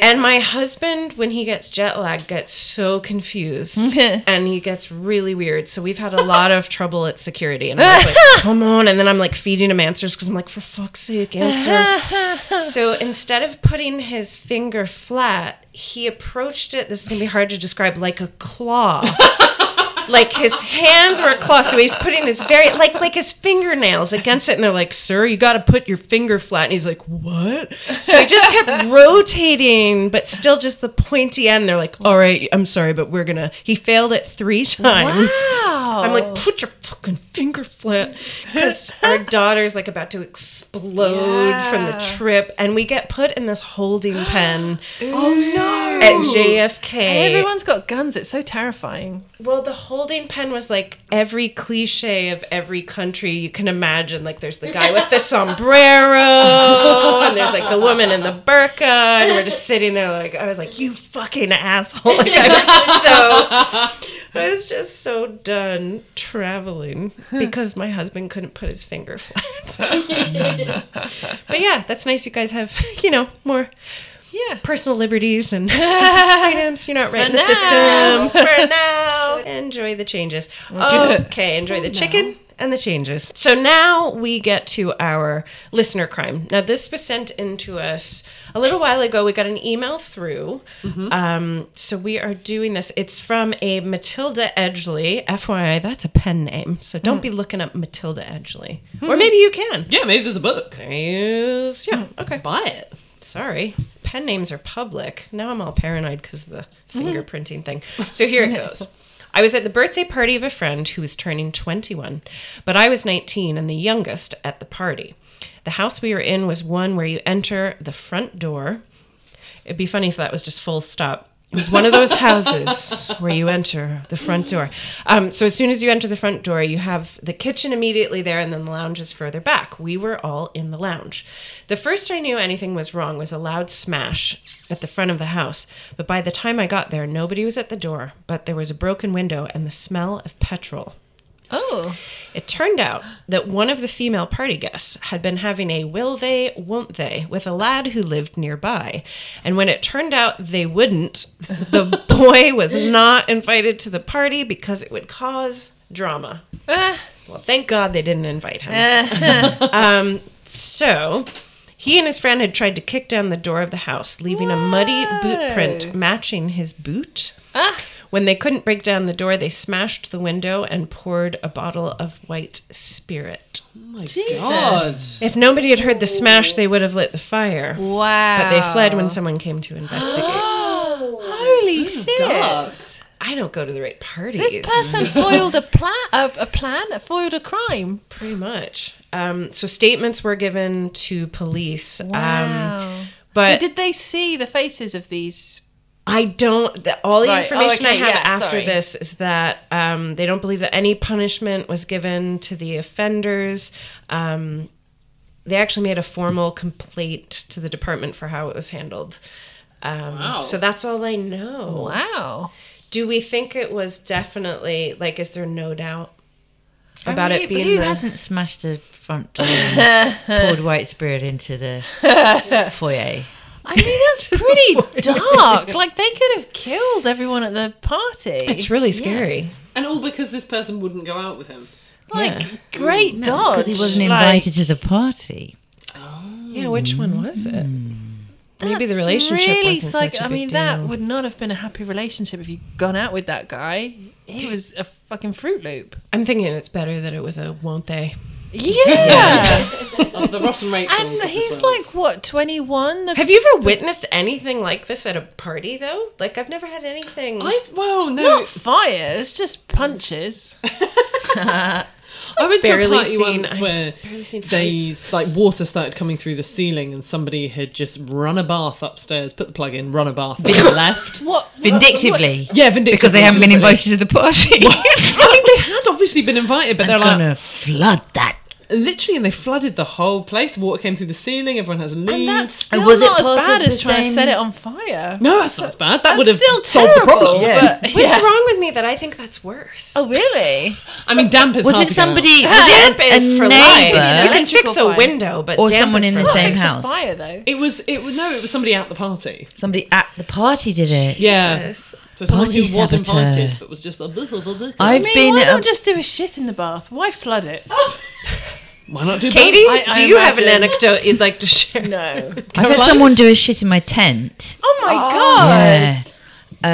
S3: and my husband, when he gets jet lag, gets so confused and he gets really weird. So we've had a lot of trouble at security, and I'm like, come on, and then I'm like feeding him answers because I'm like, for fuck's sake, answer. so instead of putting his finger flat, he approached it. This is gonna be hard to describe, like a claw. like his hands were a claw, so he's putting his very like like his fingernails against it, and they're like, "Sir, you got to put your finger flat." And he's like, "What?" So he just kept rotating, but still just the pointy end. They're like, "All right, I'm sorry, but we're gonna." He failed it three times.
S6: Wow.
S3: I'm like, "Put your fucking finger flat," because our daughter's like about to explode yeah. from the trip, and we get put in this holding pen.
S6: oh no!
S3: At JFK,
S6: and everyone's got guns. It's so terrifying.
S3: Well, the whole holding pen was like every cliche of every country you can imagine. Like there's the guy with the sombrero, and there's like the woman in the burqa, and we're just sitting there like I was like, you fucking asshole! Like I was so I was just so done traveling because my husband couldn't put his finger flat. but yeah, that's nice. You guys have you know more
S6: yeah.
S3: personal liberties and freedoms. You're not right in the now. system for now. Enjoy the changes. Okay, enjoy the chicken and the changes. So now we get to our listener crime. Now this was sent in to us a little while ago. We got an email through. Mm-hmm. Um, so we are doing this. It's from a Matilda Edgley. FYI, that's a pen name. So don't mm. be looking up Matilda Edgley. Mm. Or maybe you can.
S10: Yeah, maybe there's a book.
S3: There's, yeah, okay.
S10: Buy it
S3: sorry pen names are public now i'm all paranoid because of the fingerprinting thing so here it goes I was at the birthday party of a friend who was turning 21, but I was 19 and the youngest at the party. The house we were in was one where you enter the front door. It'd be funny if that was just full stop. It was one of those houses where you enter the front door. Um, so as soon as you enter the front door, you have the kitchen immediately there, and then the lounge is further back. We were all in the lounge. The first I knew anything was wrong was a loud smash at the front of the house. But by the time I got there, nobody was at the door, but there was a broken window and the smell of petrol.
S8: Oh.
S3: It turned out that one of the female party guests had been having a will they, won't they with a lad who lived nearby. And when it turned out they wouldn't, the boy was not invited to the party because it would cause drama.
S8: Ah.
S3: Well, thank God they didn't invite him.
S8: Eh.
S3: um, so. He and his friend had tried to kick down the door of the house, leaving a muddy boot print matching his boot.
S8: Ah.
S3: When they couldn't break down the door, they smashed the window and poured a bottle of white spirit.
S10: Oh my
S8: Jesus.
S10: God.
S3: If nobody had heard the smash, they would have lit the fire.
S8: Wow.
S3: But they fled when someone came to investigate.
S8: Holy shit.
S3: I don't go to the right parties.
S8: This person foiled a plan, a, a plan, foiled a crime.
S3: Pretty much. Um, so statements were given to police. Um,
S8: Wow.
S3: but
S8: so did they see the faces of these?
S3: I don't. The, all the
S8: Right. Oh,
S3: information I
S8: okay,
S3: have
S8: yeah,
S3: after
S8: sorry.
S3: this is that um, they don't believe that any punishment was given to the offenders. Um, they actually made a formal complaint to the department for how it was handled. Um,
S10: Wow.
S3: So that's all I know.
S8: Wow.
S3: Do we think it was definitely like? Is there no doubt about
S5: who,
S3: it being
S5: who
S3: the?
S5: hasn't smashed a front door and poured white spirit into the foyer?
S8: I mean, that's pretty dark. Like they could have killed everyone at the party.
S3: It's really scary.
S10: And all because this person wouldn't go out with him.
S8: like great dodge.
S5: Because he wasn't
S8: Like,
S5: invited to the party.
S3: Yeah, which one was it? Maybe the
S8: Hmm. that's
S3: relationship
S8: really
S3: wasn't
S8: psych-
S3: such a
S8: I mean,
S3: big
S8: that
S3: deal.
S8: would not have been a happy relationship if you'd gone out with that guy. He was a fucking Fruit Loop.
S3: I'm thinking it's better that it was a won't they?
S8: Yeah.
S10: Of the Ross and Rachels.
S8: and
S10: of this
S8: he's
S10: world.
S8: like what, twenty one?
S3: Have you ever witnessed anything like this at a party though? Like I've never had anything.
S10: I, well, no.
S8: Not fires, just punches.
S10: I went to a
S3: barely
S10: party
S3: seen-
S10: once
S3: I've
S10: where
S3: seen
S10: they like water started coming through the ceiling, and somebody had just run a bath upstairs, put the plug in, run a bath, and left.
S8: What
S5: Vindictively.
S10: Yeah, vindictive
S5: Because they haven't been
S10: literally.
S5: invited to the party.
S10: I think they had obviously been invited, but
S5: They're
S10: they're
S5: gonna flood that.
S10: like literally, and they flooded the whole place. Water came through the ceiling. Everyone had to leave.
S8: And that's still
S5: was it
S8: not as
S5: part
S8: bad
S5: of
S8: as
S5: the
S8: trying
S5: same-
S8: to set it on fire.
S10: no, that's not as bad. That
S8: That's
S10: would have
S8: still
S10: solved the problem.
S8: terrible,
S10: Yeah.
S8: but-
S3: What's
S8: Yeah.
S3: wrong with me that I think that's worse?
S8: Oh really?
S10: I mean, damp is
S5: Was
S10: hard
S5: it
S10: to get out.
S5: somebody? Was
S3: Damp
S5: it a,
S3: is
S5: a
S3: for life. You
S5: neighbour?
S3: can fix a
S8: Electrical fire.
S3: window, but
S5: Or
S3: damp
S5: someone
S3: is
S5: in
S3: for
S5: the
S3: life.
S5: same
S8: Fix a
S5: house?
S8: fire though.
S10: It was. It was no. It was somebody at the party.
S5: Somebody at the party did it.
S10: Yeah. So somebody
S5: Party
S10: who was
S5: saboteur.
S10: invited, but was just a blah, blah, blah, blah.
S5: I've
S8: I mean,
S5: been.
S8: why
S5: at a-
S8: not just do a shit in the bath? Why flood it? Oh
S10: Why not do
S3: Katie,
S8: I- I
S3: do you have an
S8: imagine-
S3: anecdote you'd like to share?
S8: No.
S5: I've had
S10: Caroline?
S5: someone do a shit in my tent.
S8: Oh my god.
S5: Yeah.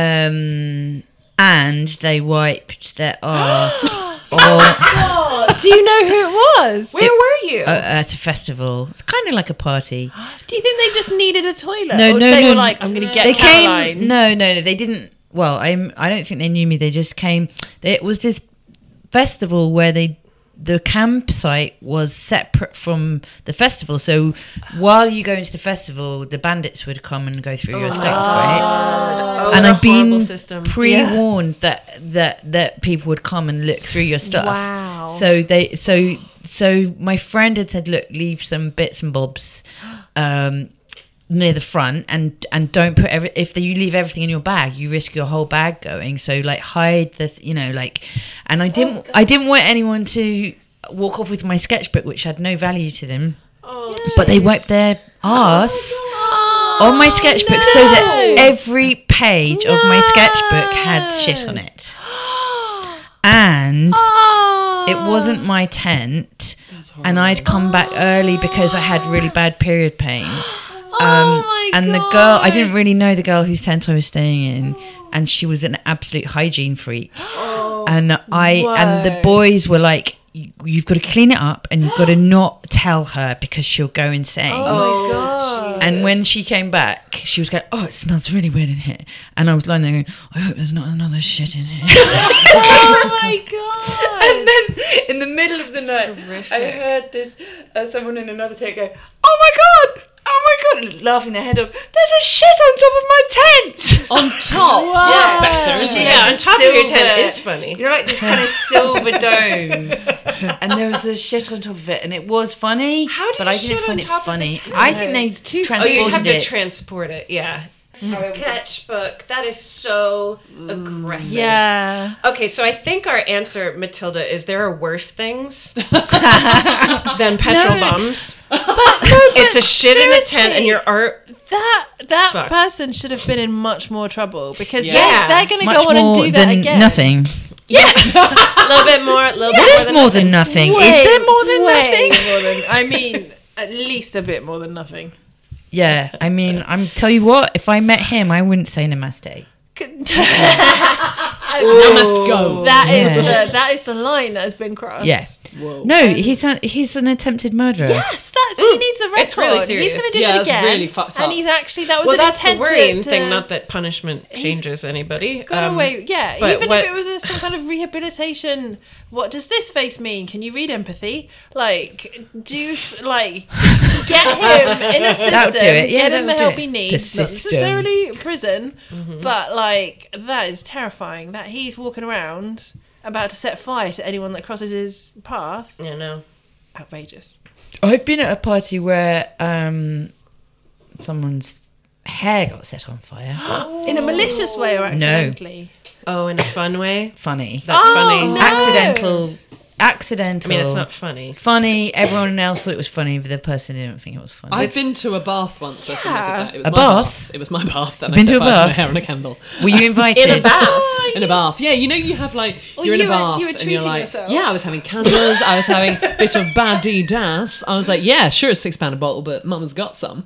S5: Um, and they wiped their ass or,
S8: Oh, Do you know who it was?
S3: Where were you?
S5: at a festival. It's kind of like a party.
S8: Do you think they just needed a toilet?
S5: No,
S8: or
S5: no,
S8: they
S5: no.
S8: were like, I'm gonna get
S5: they
S8: Caroline.
S5: came. No, no, no. They didn't. Well, I'm. I don't think they knew me. They just came. It was this festival where they. The campsite was separate from the festival, so while you go into the festival, the bandits would come and go through your stuff, Oh, right?
S3: Oh,
S5: and I've been pre-warned that that that people would come and look through your stuff.
S8: Wow.
S5: So they so so my friend had said, look, leave some bits and bobs. Um, near the front and and don't put every if you leave everything in your bag you risk your whole bag going so like hide the th- you know like and i didn't i didn't want anyone to walk off with my sketchbook which had no value to them
S8: Oh,
S5: but they wiped their ass on
S8: Oh,
S5: my sketchbook so that every page of my sketchbook had shit on it and it
S8: Oh.
S5: wasn't my tent and i'd come back early because i had really bad period pain um,
S8: Oh my
S5: and the girl i didn't really know the girl whose tent i was staying in and she was an absolute hygiene freak and i and the boys were like you, you've got to clean it up and you've got to not tell her because she'll go insane.
S8: Oh, my gosh.
S5: And when she came back, she was going, "Oh, it smells really weird in here." And I was lying there going, "I hope there's not another shit in here."
S8: oh my god.
S5: and then in the middle of the night, I
S8: horrific.
S5: heard this uh, someone in another take go, "Oh my god!" Oh my god! Laughing their head off. There's a shit on top of my tent.
S10: On top.
S5: Yeah.
S10: That's better, isn't
S5: Yeah,
S10: it?
S5: on
S3: on top of your tent is funny.
S5: You're like this kind of silver dome, and there was a shit on top of it, and it was funny.
S3: How do
S5: but
S3: you
S5: I didn't
S3: shit
S5: find
S3: on
S5: it
S3: top of a
S5: funny.
S3: tent?
S5: I think they too
S3: Oh,
S5: transported
S3: you'd have to
S5: it.
S3: transport it. Yeah. Sketchbook. That is so aggressive.
S8: Yeah.
S3: Okay, so I think our answer, Matilda, is there are worse things than petrol bombs. it's a shit in a tent, and
S8: seriously.
S3: your art.
S8: That that
S3: Fucked.
S8: person should have been in much more trouble because
S3: Yeah.
S8: they're-
S3: Yeah.
S8: they're, going to go on and do that again.
S5: nothing.
S3: A little bit more. A little
S5: What
S3: bit
S5: is more than nothing? is there more than
S8: Way
S5: nothing?
S8: more than- I mean, at least a bit more than nothing.
S5: Yeah, I mean, I'm tell you what. If I met him, I wouldn't say namaste.
S8: I must go. That is
S5: Yeah.
S8: the that is the line that has been crossed.
S5: Yeah. No, he's a, he's an attempted murderer.
S8: Yes, that's he needs a record.
S3: it's really serious.
S8: He's going to do
S10: Yeah,
S8: that
S10: that's
S8: again.
S10: really fucked up.
S8: And he's actually that was
S3: Well,
S8: an uh,
S3: that's the
S8: attempt
S3: worrying
S8: to,
S3: thing.
S8: to-
S3: Not that punishment changes anybody.
S8: got
S3: Um,
S8: away. Yeah,
S3: but
S8: even
S3: what-
S8: if it was a, some kind of rehabilitation, what does this face mean? Can you read empathy? Like, do s- like get him in a system,
S5: That'll do it. Yeah,
S8: get him the
S5: that'll do
S8: help
S5: it.
S8: he
S5: The
S8: needs, not
S5: system. Mm-hmm.
S8: necessarily prison, but like that is terrifying. That he's walking around about to set fire to anyone that crosses his path.
S3: You know.
S8: Outrageous.
S5: I've been at a party where um, someone's hair got set on fire.
S8: In a malicious way or accidentally.
S3: Oh, in a fun way.
S5: Funny.
S3: That's
S8: Oh,
S3: funny.
S5: Accidental. Accidental.
S3: I mean, it's not funny.
S5: funny. Everyone else thought it was funny, but the person didn't think it was funny.
S10: I've been to a bath once where someone did that. It was
S5: A
S10: my
S5: bath?
S10: It was my bath. Then I
S5: Been
S10: set
S5: to a
S10: fire to my
S5: bath?
S10: hair and a candle.
S5: Were you invited?
S3: In a bath.
S10: in a bath. Yeah, you know you have like you're in
S8: Oh, you
S10: a
S8: were-
S10: bath
S8: you were
S10: and you're
S8: treating
S10: like
S8: yourself.
S10: yeah, I was having candles, I was having a bit of baddie das. I was like yeah, sure it's six pound a bottle, but mama's got some.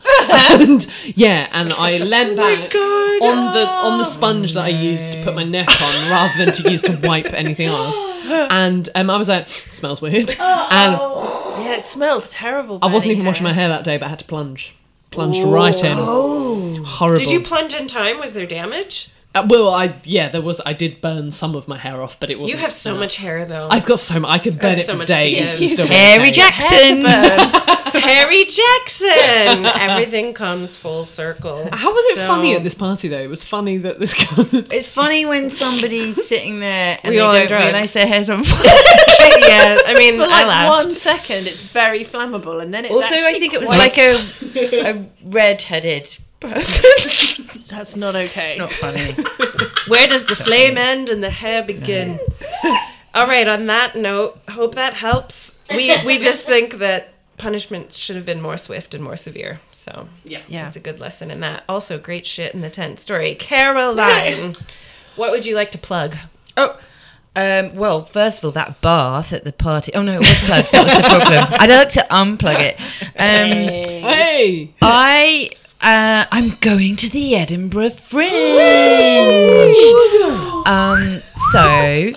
S10: and yeah, and
S8: Oh
S10: I leant back on the on the sponge that I used to put my neck on rather than to use to wipe anything off. And um, I was like, smells weird.
S8: Oh,
S10: And
S8: Yeah, it smells terrible.
S10: I wasn't
S8: burning
S10: even washing my
S8: hair.
S10: hair that day, but I had to plunge. Plunged right in. Oh, horrible!
S3: Did you plunge in time? Was there damage?
S10: Uh, well, I yeah, there was. I did burn some of my hair off, but it was.
S3: You have so much hair, though.
S10: I've got so much. I could burn
S3: Got
S10: it
S3: so
S10: for
S3: much to
S10: days.
S3: give.
S10: and still
S5: Harry
S10: burn it.
S5: Jackson.
S3: Harry Jackson. Everything comes full circle.
S10: How was it
S3: So-
S10: funny at this party though? It was funny that this guy.
S5: It's funny when somebody's sitting there and
S3: We
S5: they
S3: all on
S5: don't
S3: drugs.
S5: realise their hair's on fire.
S3: yeah, I mean,
S8: For
S3: I
S8: like
S3: laughed.
S8: one second, it's very flammable, and then it's
S5: also, I
S8: actually
S5: think it was
S8: quite-
S5: like a a red-headed person.
S8: that's not okay.
S5: Not funny.
S3: Where does the flame end and the hair begin? All right, on that note, hope that helps. We we just think that punishment should have been more swift and more severe. So, yeah. That's a good lesson in that. Also, great shit in the tent story. Caroline, what would you like to plug?
S5: Oh, um, well, first of all, that bath at the party. Oh no, it was plugged. That was the problem. I'd like to unplug it. Um,
S10: hey,
S5: I. Uh, I'm going to the Edinburgh Fringe. Um, so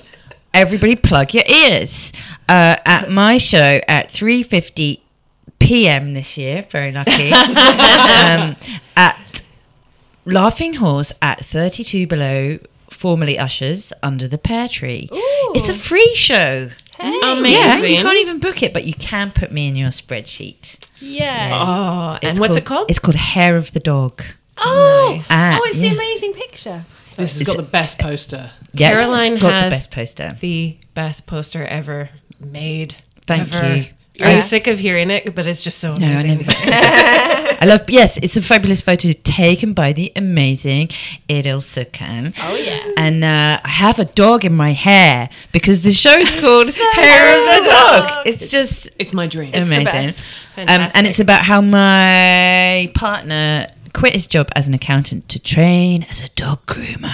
S5: everybody, plug your ears. Uh, at my show at 3:50 p.m. this year. Very lucky. um, at Laughing Horse at 32 Below, formerly Ushers, under the pear tree. It's a um, free show. Yeah, you can't even book it, but you can put me in your spreadsheet.
S8: Yeah.
S3: Oh, and
S5: It's
S3: what's it called?
S5: It's called Hair of the Dog.
S8: Oh,
S5: Ah,
S8: oh, it's
S5: yeah.
S8: the amazing picture.
S10: this has got the best poster.
S5: Yeah, it's
S3: Caroline
S5: got
S3: has-
S5: the best poster.
S3: the best poster ever made.
S5: Thank
S3: ever.
S5: you.
S3: Are you sick of hearing it? But it's just so
S5: No, I
S3: amazing.
S5: never got sick of it. I love. Yes, it's a fabulous photo taken by the amazing Eril Sukan. Oh yeah. And uh, I have a dog in my hair because the show is called Hair of the Dog. It's, just
S10: It's my dream.
S5: amazing. Um, and
S3: Fantastic.
S5: it's about how my partner quit his job as an accountant to train as a dog groomer.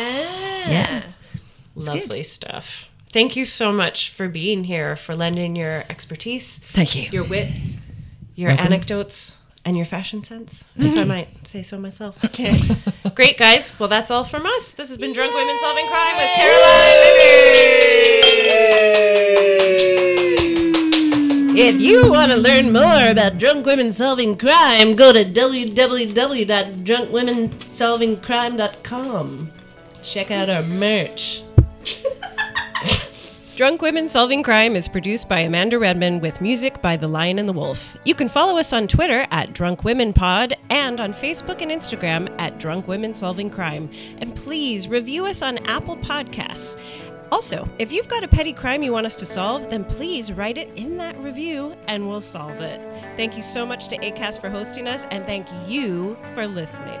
S5: yeah.
S3: Lovely stuff. Thank you so much for being here, for lending your expertise,
S5: Thank you.
S3: your wit, your anecdotes, and your fashion sense, if I might say so myself. Okay. Great, guys. Well, that's all from us. This has been Drunk Women Solving Crime with Caroline. Libby. If you want to learn more about drunk women solving crime, go to www.drunkwomensolvingcrime.com. Check out our merch. Drunk Women Solving Crime is produced by Amanda Redman with music by The Lion and the Wolf. You can follow us on Twitter at Drunk Women Pod and on Facebook and Instagram at Drunk Women Solving Crime. And please review us on Apple Podcasts. Also, if you've got a petty crime you want us to solve, then please write it in that review and we'll solve it. Thank you so much to ACAST for hosting us and thank you for listening.